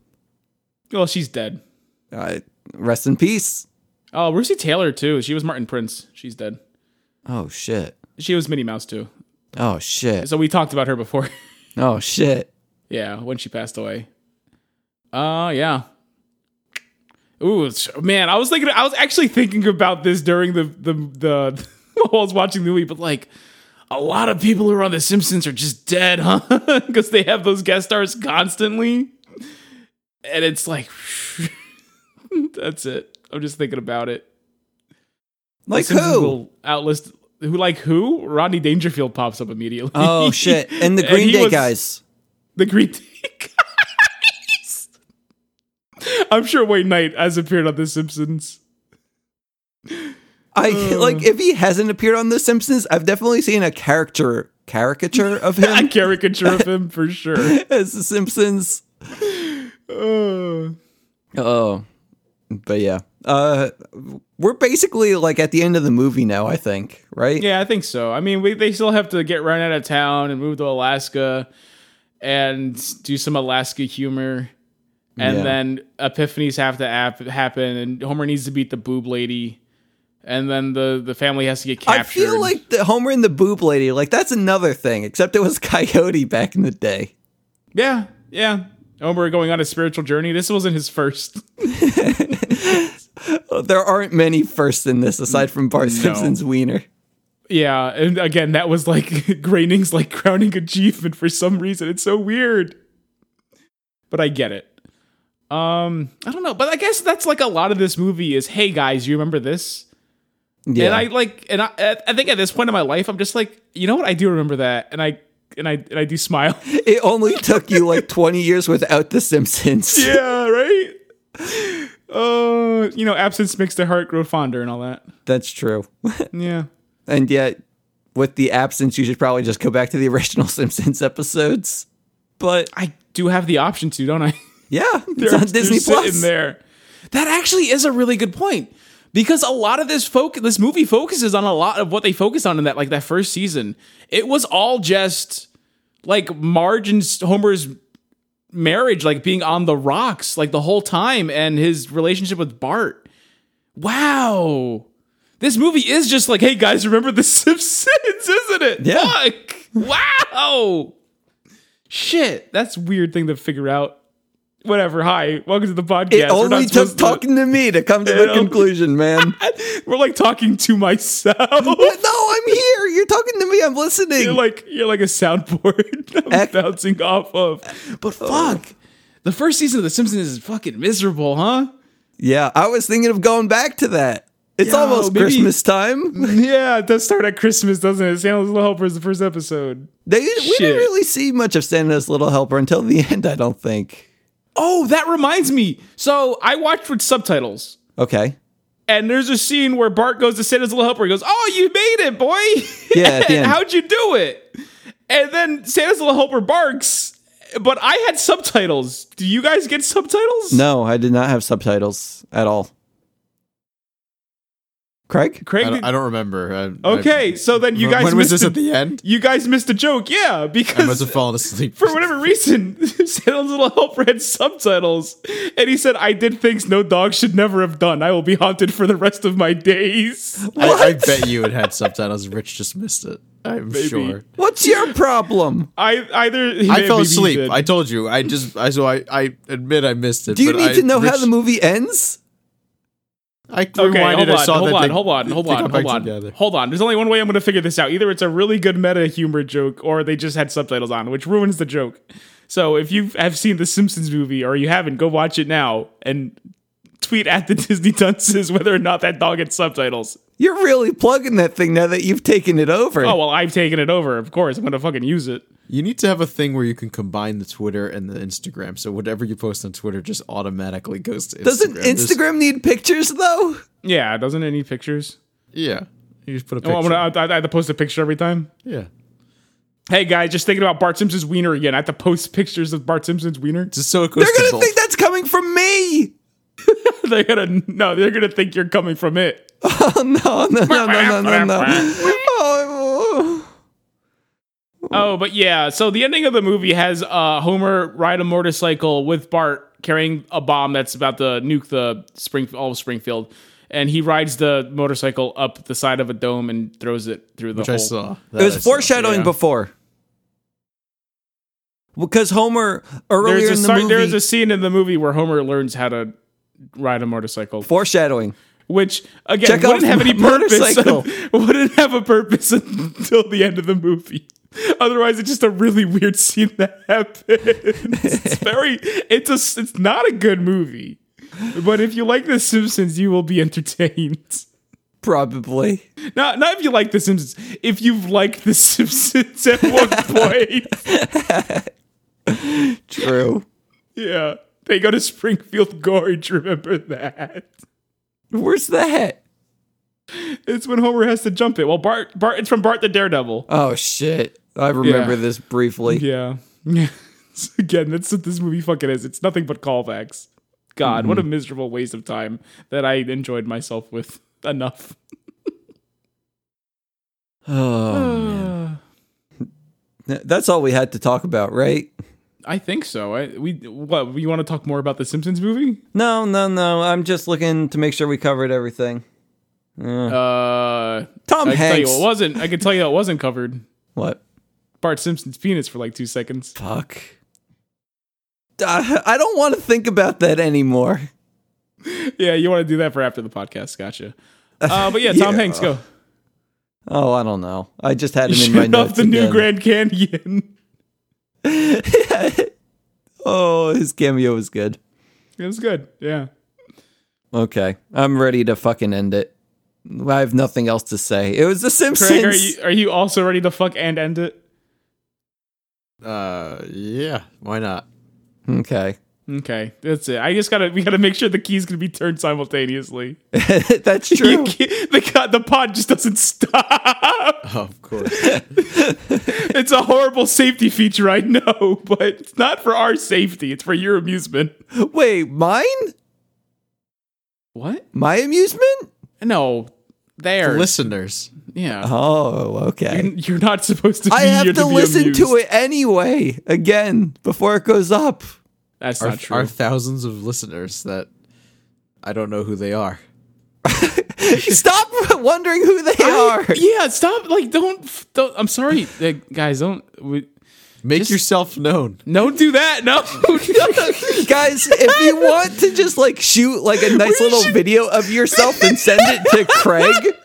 Speaker 2: well, she's dead.
Speaker 3: Uh, rest in peace.
Speaker 2: Oh, Russie Taylor too. She was Martin Prince. She's dead.
Speaker 3: Oh shit.
Speaker 2: She was Minnie Mouse too.
Speaker 3: Oh shit.
Speaker 2: So we talked about her before.
Speaker 3: Oh shit.
Speaker 2: Yeah, when she passed away. Uh yeah. Ooh, it's- man, I was thinking I was actually thinking about this during the the the while I was watching the movie, but like a lot of people who are on The Simpsons are just dead, huh? Because they have those guest stars constantly. And it's like that's it. I'm just thinking about it.
Speaker 3: Like
Speaker 2: Simpsons
Speaker 3: who?
Speaker 2: will outlist who like who? Rodney Dangerfield pops up immediately.
Speaker 3: Oh shit. And the Green
Speaker 2: he
Speaker 3: Day
Speaker 2: was-
Speaker 3: guys.
Speaker 2: the Green Day guys. I'm sure Wayne Knight has appeared on The Simpsons.
Speaker 3: I
Speaker 2: Uh.
Speaker 3: like if he hasn't appeared on The Simpsons, I've definitely seen a caricature caricature of
Speaker 2: A
Speaker 3: him
Speaker 2: caricature of him for sure.
Speaker 3: as The Simpsons.
Speaker 2: Uh,
Speaker 3: Oh. But yeah. Uh we're basically like at the end of the movie now, I think, right?
Speaker 2: yeah, I think so. I mean, we, they still have to get run out of town and move to Alaska and do some Alaska humor. And
Speaker 3: Yeah.
Speaker 2: then epiphanies have to ap- happen, and Homer needs to beat the boob lady. And then the, the family has to get
Speaker 3: I
Speaker 2: captured.
Speaker 3: feel like the Homer and the Boob Lady, like that's another thing, except it was Coyote back in the day.
Speaker 2: Yeah, yeah. Homer going on a spiritual journey. This wasn't his first.
Speaker 3: There aren't many firsts in this aside from Bart Simpson's wiener.
Speaker 2: Yeah, and again, that was like Groening's like crowning achievement for some reason. It's so weird, but I get it. Um, I don't know, but I guess that's like a lot of this movie is, hey guys, you remember this?
Speaker 3: Yeah.
Speaker 2: And I like, and I, I think at this point in my life, I'm just like, you know what? I do remember that, and I and I and I do smile.
Speaker 3: It only took you like 20 years without The Simpsons.
Speaker 2: yeah, right. Uh, you know, absence makes the heart grow fonder and all that.
Speaker 3: That's true.
Speaker 2: Yeah.
Speaker 3: And yet, with the absence, you should probably just go back to the original Simpsons episodes. But
Speaker 2: I do have the option to, don't I?
Speaker 3: yeah, it's on Disney Plus.
Speaker 2: in there. That actually is a really good point because a lot of this folk this movie focuses on a lot of what they focus on in that like that first season. It was all just like Marge and Homer's marriage like being on the rocks like the whole time and his relationship with Bart. Wow. This movie is just like, hey guys, remember the Simpsons, isn't it?
Speaker 3: Yeah.
Speaker 2: Fuck. Wow. Shit. That's a weird thing to figure out. Whatever. Hi. Welcome to the podcast.
Speaker 3: It only took
Speaker 2: supposed to-
Speaker 3: talking to me to come to
Speaker 2: It
Speaker 3: the
Speaker 2: only-
Speaker 3: conclusion, man.
Speaker 2: We're like talking to myself.
Speaker 3: But no, I'm here. You're talking to me. I'm listening.
Speaker 2: you're like you're like a soundboard I'm
Speaker 3: Ec-
Speaker 2: bouncing off of. But fuck. The first season of The Simpsons is fucking miserable, huh?
Speaker 3: yeah, I was thinking of going back to that. It's
Speaker 2: Yo,
Speaker 3: almost
Speaker 2: maybe-
Speaker 3: Christmas time.
Speaker 2: yeah, it does start at Christmas, doesn't it? Santa's Little Helper is the first episode.
Speaker 3: They, we
Speaker 2: Shit.
Speaker 3: didn't really see much of Santa's Little Helper until the end, I don't think.
Speaker 2: Oh, that reminds me. So I watched with subtitles.
Speaker 3: Okay.
Speaker 2: And there's a scene where Bart goes to Santa's little helper. He goes, "Oh, you made it, boy!
Speaker 3: Yeah, at the end.
Speaker 2: how'd you do it?" And then Santa's little helper barks, but I had subtitles. Do you guys get subtitles?
Speaker 3: No, I did not have subtitles at all. Craig?
Speaker 2: Craig.
Speaker 4: I don't,
Speaker 2: did-
Speaker 4: I don't remember. I- I-
Speaker 2: okay, so then you
Speaker 4: When-
Speaker 2: guys
Speaker 4: when was this
Speaker 2: missed the-
Speaker 4: at the end?
Speaker 2: You guys missed a joke,
Speaker 4: I
Speaker 2: yeah,
Speaker 4: must
Speaker 2: because
Speaker 4: have fallen asleep.
Speaker 2: for whatever reason, Santa's little helper had subtitles, and he said, "I did things no dog should never have done. I will be haunted for the rest of my days."
Speaker 4: I, I bet you it had subtitles. Rich just missed it. I'm sure.
Speaker 3: What's your problem?
Speaker 2: I either he
Speaker 4: I
Speaker 2: may
Speaker 4: fell
Speaker 2: be
Speaker 4: asleep.
Speaker 2: did.
Speaker 4: I told you. I just. I so I. I admit I missed it.
Speaker 3: Do you
Speaker 4: but
Speaker 3: need
Speaker 4: I-
Speaker 3: to know how
Speaker 4: Rich-
Speaker 3: the movie ends?
Speaker 4: I
Speaker 2: Okay, hold
Speaker 4: rewinded,
Speaker 2: on,
Speaker 4: I saw
Speaker 2: hold
Speaker 4: that
Speaker 2: on,
Speaker 4: they-
Speaker 2: hold on,
Speaker 4: they
Speaker 2: hold
Speaker 4: got
Speaker 2: on,
Speaker 4: back
Speaker 2: hold on,
Speaker 4: together.
Speaker 2: hold on. There's only one way I'm going to figure this out. Either it's a really good meta humor joke, or they just had subtitles on, which ruins the joke. So if you have seen the Simpsons movie, or you haven't, go watch it now and tweet at the Disney Dunces whether or not that dog had subtitles.
Speaker 3: You're really plugging that thing now that you've taken it over.
Speaker 2: Oh well, I've taken it over. Of course, I'm going to fucking use it.
Speaker 4: You need to have a thing where you can combine the Twitter and the Instagram. So whatever you post on Twitter just automatically goes to Instagram.
Speaker 3: Doesn't
Speaker 4: There's-
Speaker 3: Instagram need pictures though?
Speaker 2: Yeah, doesn't it need pictures?
Speaker 4: yeah. You just put a picture.
Speaker 2: Oh, I'm gonna, I, I have to post a picture every time.
Speaker 4: yeah.
Speaker 2: Hey guys, just thinking about Bart Simpson's wiener again. I have to post pictures of Bart Simpson's wiener.
Speaker 4: Just so it goes
Speaker 3: They're
Speaker 4: to
Speaker 3: gonna
Speaker 4: both.
Speaker 3: think that's coming from me.
Speaker 2: they're gonna no, they're gonna think you're coming from it.
Speaker 3: Oh no, no, no, no, no, no, no. Oh,
Speaker 2: Oh, but yeah. So the ending of the movie has uh, Homer ride a motorcycle with Bart carrying a bomb that's about to nuke the Spring all of Springfield, and he rides the motorcycle up the side of a dome and throws it through the
Speaker 4: which
Speaker 2: hole.
Speaker 4: I saw.
Speaker 3: it was
Speaker 4: That I saw.
Speaker 3: foreshadowing
Speaker 2: yeah.
Speaker 3: before. Because Homer earlier
Speaker 2: There's
Speaker 3: in
Speaker 2: a
Speaker 3: the
Speaker 2: si-
Speaker 3: movie
Speaker 2: there's a scene in the movie where Homer learns how to ride a motorcycle,
Speaker 3: foreshadowing.
Speaker 2: which again
Speaker 3: Check out
Speaker 2: wouldn't have any
Speaker 3: mo-
Speaker 2: purpose.
Speaker 3: motorcycle.
Speaker 2: wouldn't have a purpose until the end of the movie. Otherwise, it's just a really weird scene that happens. it's very, it's a, it's not a good movie. But if you like The Simpsons, you will be entertained.
Speaker 3: Probably.
Speaker 2: Not, not if you like The Simpsons. If you've liked The Simpsons at one point,
Speaker 3: True.
Speaker 2: yeah, they go to Springfield Gorge. Remember that.
Speaker 3: Where's that?
Speaker 2: It's when Homer has to jump it. Well, Bart, Bart, it's from Bart the Daredevil.
Speaker 3: Oh shit. I remember
Speaker 2: Yeah.
Speaker 3: this briefly.
Speaker 2: Yeah, yeah. So Again, that's what this movie fucking is. It's nothing but callbacks. God, what a miserable waste of time that I enjoyed myself with enough.
Speaker 3: Oh, that's all we had to talk about, right?
Speaker 2: I think so. I, we what you want to talk more about the Simpsons movie?
Speaker 3: No, no, no. I'm just looking to make sure we covered everything.
Speaker 2: Uh,
Speaker 3: Tom
Speaker 2: I can tell you
Speaker 3: Hanks.
Speaker 2: it wasn't. I can tell you it wasn't covered.
Speaker 3: What?
Speaker 2: Bart Simpson's penis for like two seconds.
Speaker 3: Fuck. Uh, I don't want to think about that anymore.
Speaker 2: Yeah, you want to do that for after the podcast? Gotcha. Uh, but yeah, Tom
Speaker 3: Yeah.
Speaker 2: Hanks, go.
Speaker 3: Oh, I don't know. I just had him in my
Speaker 2: Shoot
Speaker 3: notes
Speaker 2: off the new
Speaker 3: again.
Speaker 2: Grand Canyon.
Speaker 3: Oh, his cameo was good.
Speaker 2: it was good. Yeah.
Speaker 3: Okay, I'm ready to fucking end it. I have nothing else to say. It was The Simpsons.
Speaker 2: Craig, are you, are you also ready to fuck and end it?
Speaker 4: Uh, yeah. Why not?
Speaker 3: Okay,
Speaker 2: Okay, that's it. I just gotta we gotta make sure the keys can be turned simultaneously.
Speaker 3: that's
Speaker 2: You
Speaker 3: true.
Speaker 2: can't- the co- the pod just doesn't stop.
Speaker 4: Of course.
Speaker 2: It's a horrible safety feature, I know, but it's not for our safety. It's for your amusement.
Speaker 3: Wait, mine?
Speaker 2: What?
Speaker 3: My amusement?
Speaker 2: No, there.
Speaker 4: Listeners. uh-huh.
Speaker 2: Yeah,
Speaker 3: Oh, okay.
Speaker 2: you're not supposed to. Be
Speaker 3: I have
Speaker 2: here
Speaker 3: to,
Speaker 2: to, be
Speaker 3: listen to
Speaker 2: amused.
Speaker 3: it anyway again before it goes up.
Speaker 2: That's
Speaker 4: Our,
Speaker 2: not true.
Speaker 4: our thousands of listeners that I don't know who they are.
Speaker 3: Stop wondering who they are.
Speaker 2: yeah, stop! Like, don't, f- don't. I'm sorry, uh, guys. Don't. We,
Speaker 4: Make yourself known.
Speaker 2: don't do that. No.
Speaker 3: Guys, if you want to just like shoot like a nice little video of yourself and send it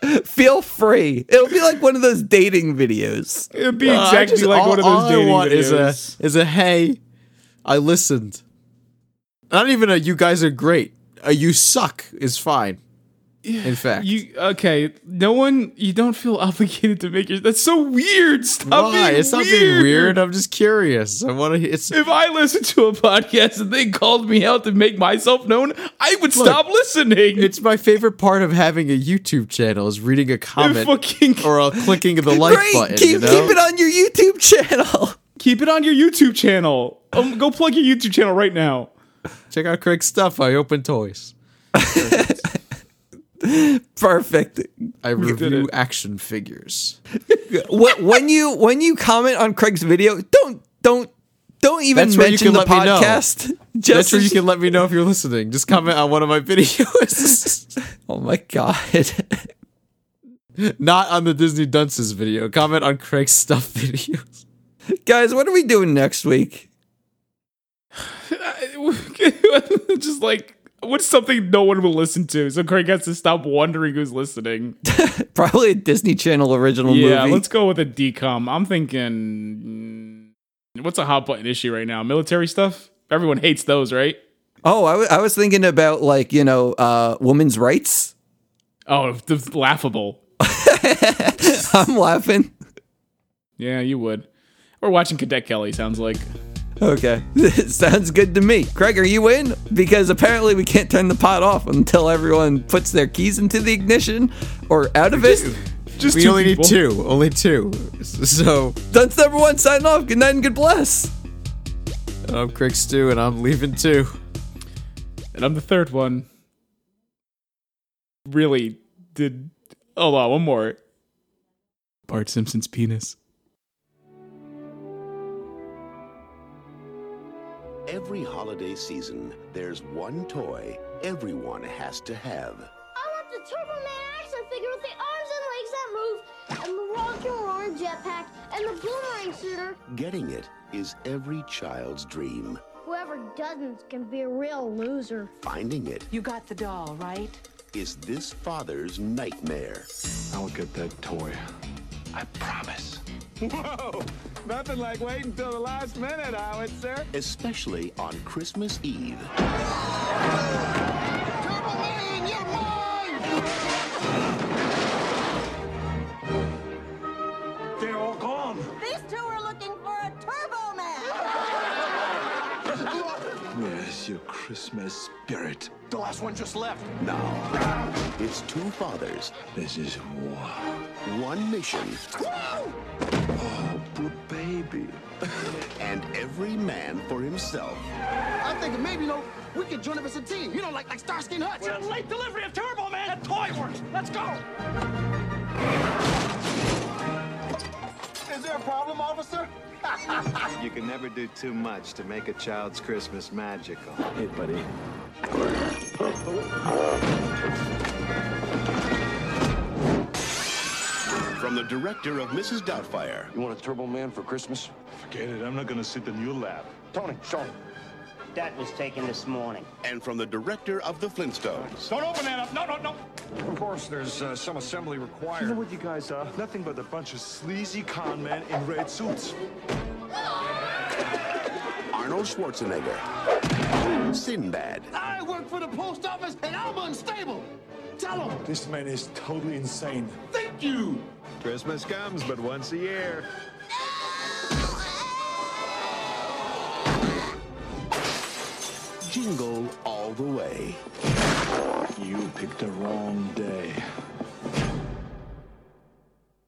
Speaker 3: to Craig, feel free. It'll be like one of those dating videos.
Speaker 2: It'd be
Speaker 4: Uh, I
Speaker 2: exactly
Speaker 4: just-
Speaker 2: like
Speaker 4: all-
Speaker 2: one of
Speaker 4: all
Speaker 2: those
Speaker 4: I
Speaker 2: dating
Speaker 4: want
Speaker 2: videos.
Speaker 4: Is a, is a hey, I listened. Not even a you guys are great. A you suck is fine. In fact,
Speaker 2: You okay? No one. You don't feel obligated to make your. That's so weird. Stop
Speaker 4: why?
Speaker 2: being
Speaker 4: It's not
Speaker 2: weird.
Speaker 4: being weird. I'm just curious. I want to. It's
Speaker 2: If I listened to a podcast and they called me out to make myself known, I would stop listening.
Speaker 4: it's my favorite part of having a YouTube channel is reading a comment
Speaker 2: fucking-
Speaker 4: or a clicking of the like
Speaker 3: Great,
Speaker 4: button.
Speaker 3: keep,
Speaker 4: you know?
Speaker 3: keep it on your YouTube channel.
Speaker 2: Keep it on your YouTube channel. Um, go plug your YouTube channel right now.
Speaker 4: Check out Craig's stuff. I open toys.
Speaker 3: Perfect.
Speaker 4: I review action figures.
Speaker 3: Wh- when you when you comment on Craig's video, don't don't don't even
Speaker 4: That's where you
Speaker 3: mention
Speaker 4: can
Speaker 3: the
Speaker 4: let me know.
Speaker 3: podcast. Just
Speaker 4: That's where you can let me know if you're listening. Just comment on one of my videos,
Speaker 3: Oh my god.
Speaker 4: not on the Disney Dunces video. Comment on Craig's stuff videos.
Speaker 3: Guys, what are we doing next week?
Speaker 2: Just like what's something no one will listen to, so Craig has to stop wondering who's listening.
Speaker 3: Probably a Disney Channel original
Speaker 2: yeah,
Speaker 3: movie.
Speaker 2: let's go with a decom. I'm thinking, mm, what's a hot button issue right now? Military stuff. Everyone hates those, right?
Speaker 3: Oh, I, w- I was thinking about like, you know, uh women's rights.
Speaker 2: Oh, it's laughable.
Speaker 3: I'm laughing.
Speaker 2: Yeah, you would. We're watching Cadet Kelly. Sounds like.
Speaker 3: Okay. Sounds good to me. Craig, are you in? Because apparently we can't turn the pot off until everyone puts their keys into the ignition or out of it.
Speaker 2: Just
Speaker 4: We
Speaker 2: two
Speaker 4: only need
Speaker 2: people.
Speaker 4: two. Only two. So
Speaker 3: Dunce number one, sign off. Good night and good bless.
Speaker 4: I'm Craig Stew, and I'm leaving too.
Speaker 2: and I'm the third one. Really did. Hold on, one more. Bart Simpson's penis.
Speaker 5: Every holiday season, there's one toy everyone has to have.
Speaker 6: I want the Turbo Man action figure with the arms and legs that move, and the rock and roller jetpack, and the boomerang shooter.
Speaker 5: Getting it is every child's dream.
Speaker 6: Whoever doesn't can be a real loser.
Speaker 5: Finding it
Speaker 7: You got the doll, right?
Speaker 5: is this father's nightmare.
Speaker 8: I'll get that toy. I promise.
Speaker 5: especially on Christmas Eve.
Speaker 6: These two are looking for a Turbo Man!
Speaker 8: Where's your Christmas spirit?
Speaker 5: The last one just left. Now, it's two fathers,
Speaker 8: This is war.
Speaker 5: one mission,
Speaker 8: Oh, poor baby.
Speaker 5: and every man for himself.
Speaker 9: I'm thinking maybe, you know, we could join up as a team. You know, like like Starsky and Hutch. We're in late delivery of Turbo Man. That toy works. Let's go. Is there a problem, officer?
Speaker 8: You can never do too much to make a child's Christmas magical. Hey, buddy.
Speaker 5: From the director of Mrs. Doubtfire,
Speaker 10: You want a Turbo Man for Christmas?
Speaker 8: Forget it. I'm not gonna sit in your lap.
Speaker 10: Tony, show him.
Speaker 11: That was taken this morning.
Speaker 5: and from the director of The Flintstones.
Speaker 8: Don't open that up. No, no, no.
Speaker 10: Of course, there's uh, some assembly
Speaker 8: You know
Speaker 10: required.
Speaker 8: what you guys are? Nothing but a bunch of sleazy con men in red suits.
Speaker 5: Arnold Schwarzenegger, Sinbad,
Speaker 9: I work for the post office and I'm unstable. Tell him.
Speaker 8: This man is totally insane.
Speaker 9: Thank you.
Speaker 8: Christmas comes but once a year.
Speaker 5: Jingle All the Way,
Speaker 8: You picked the wrong day.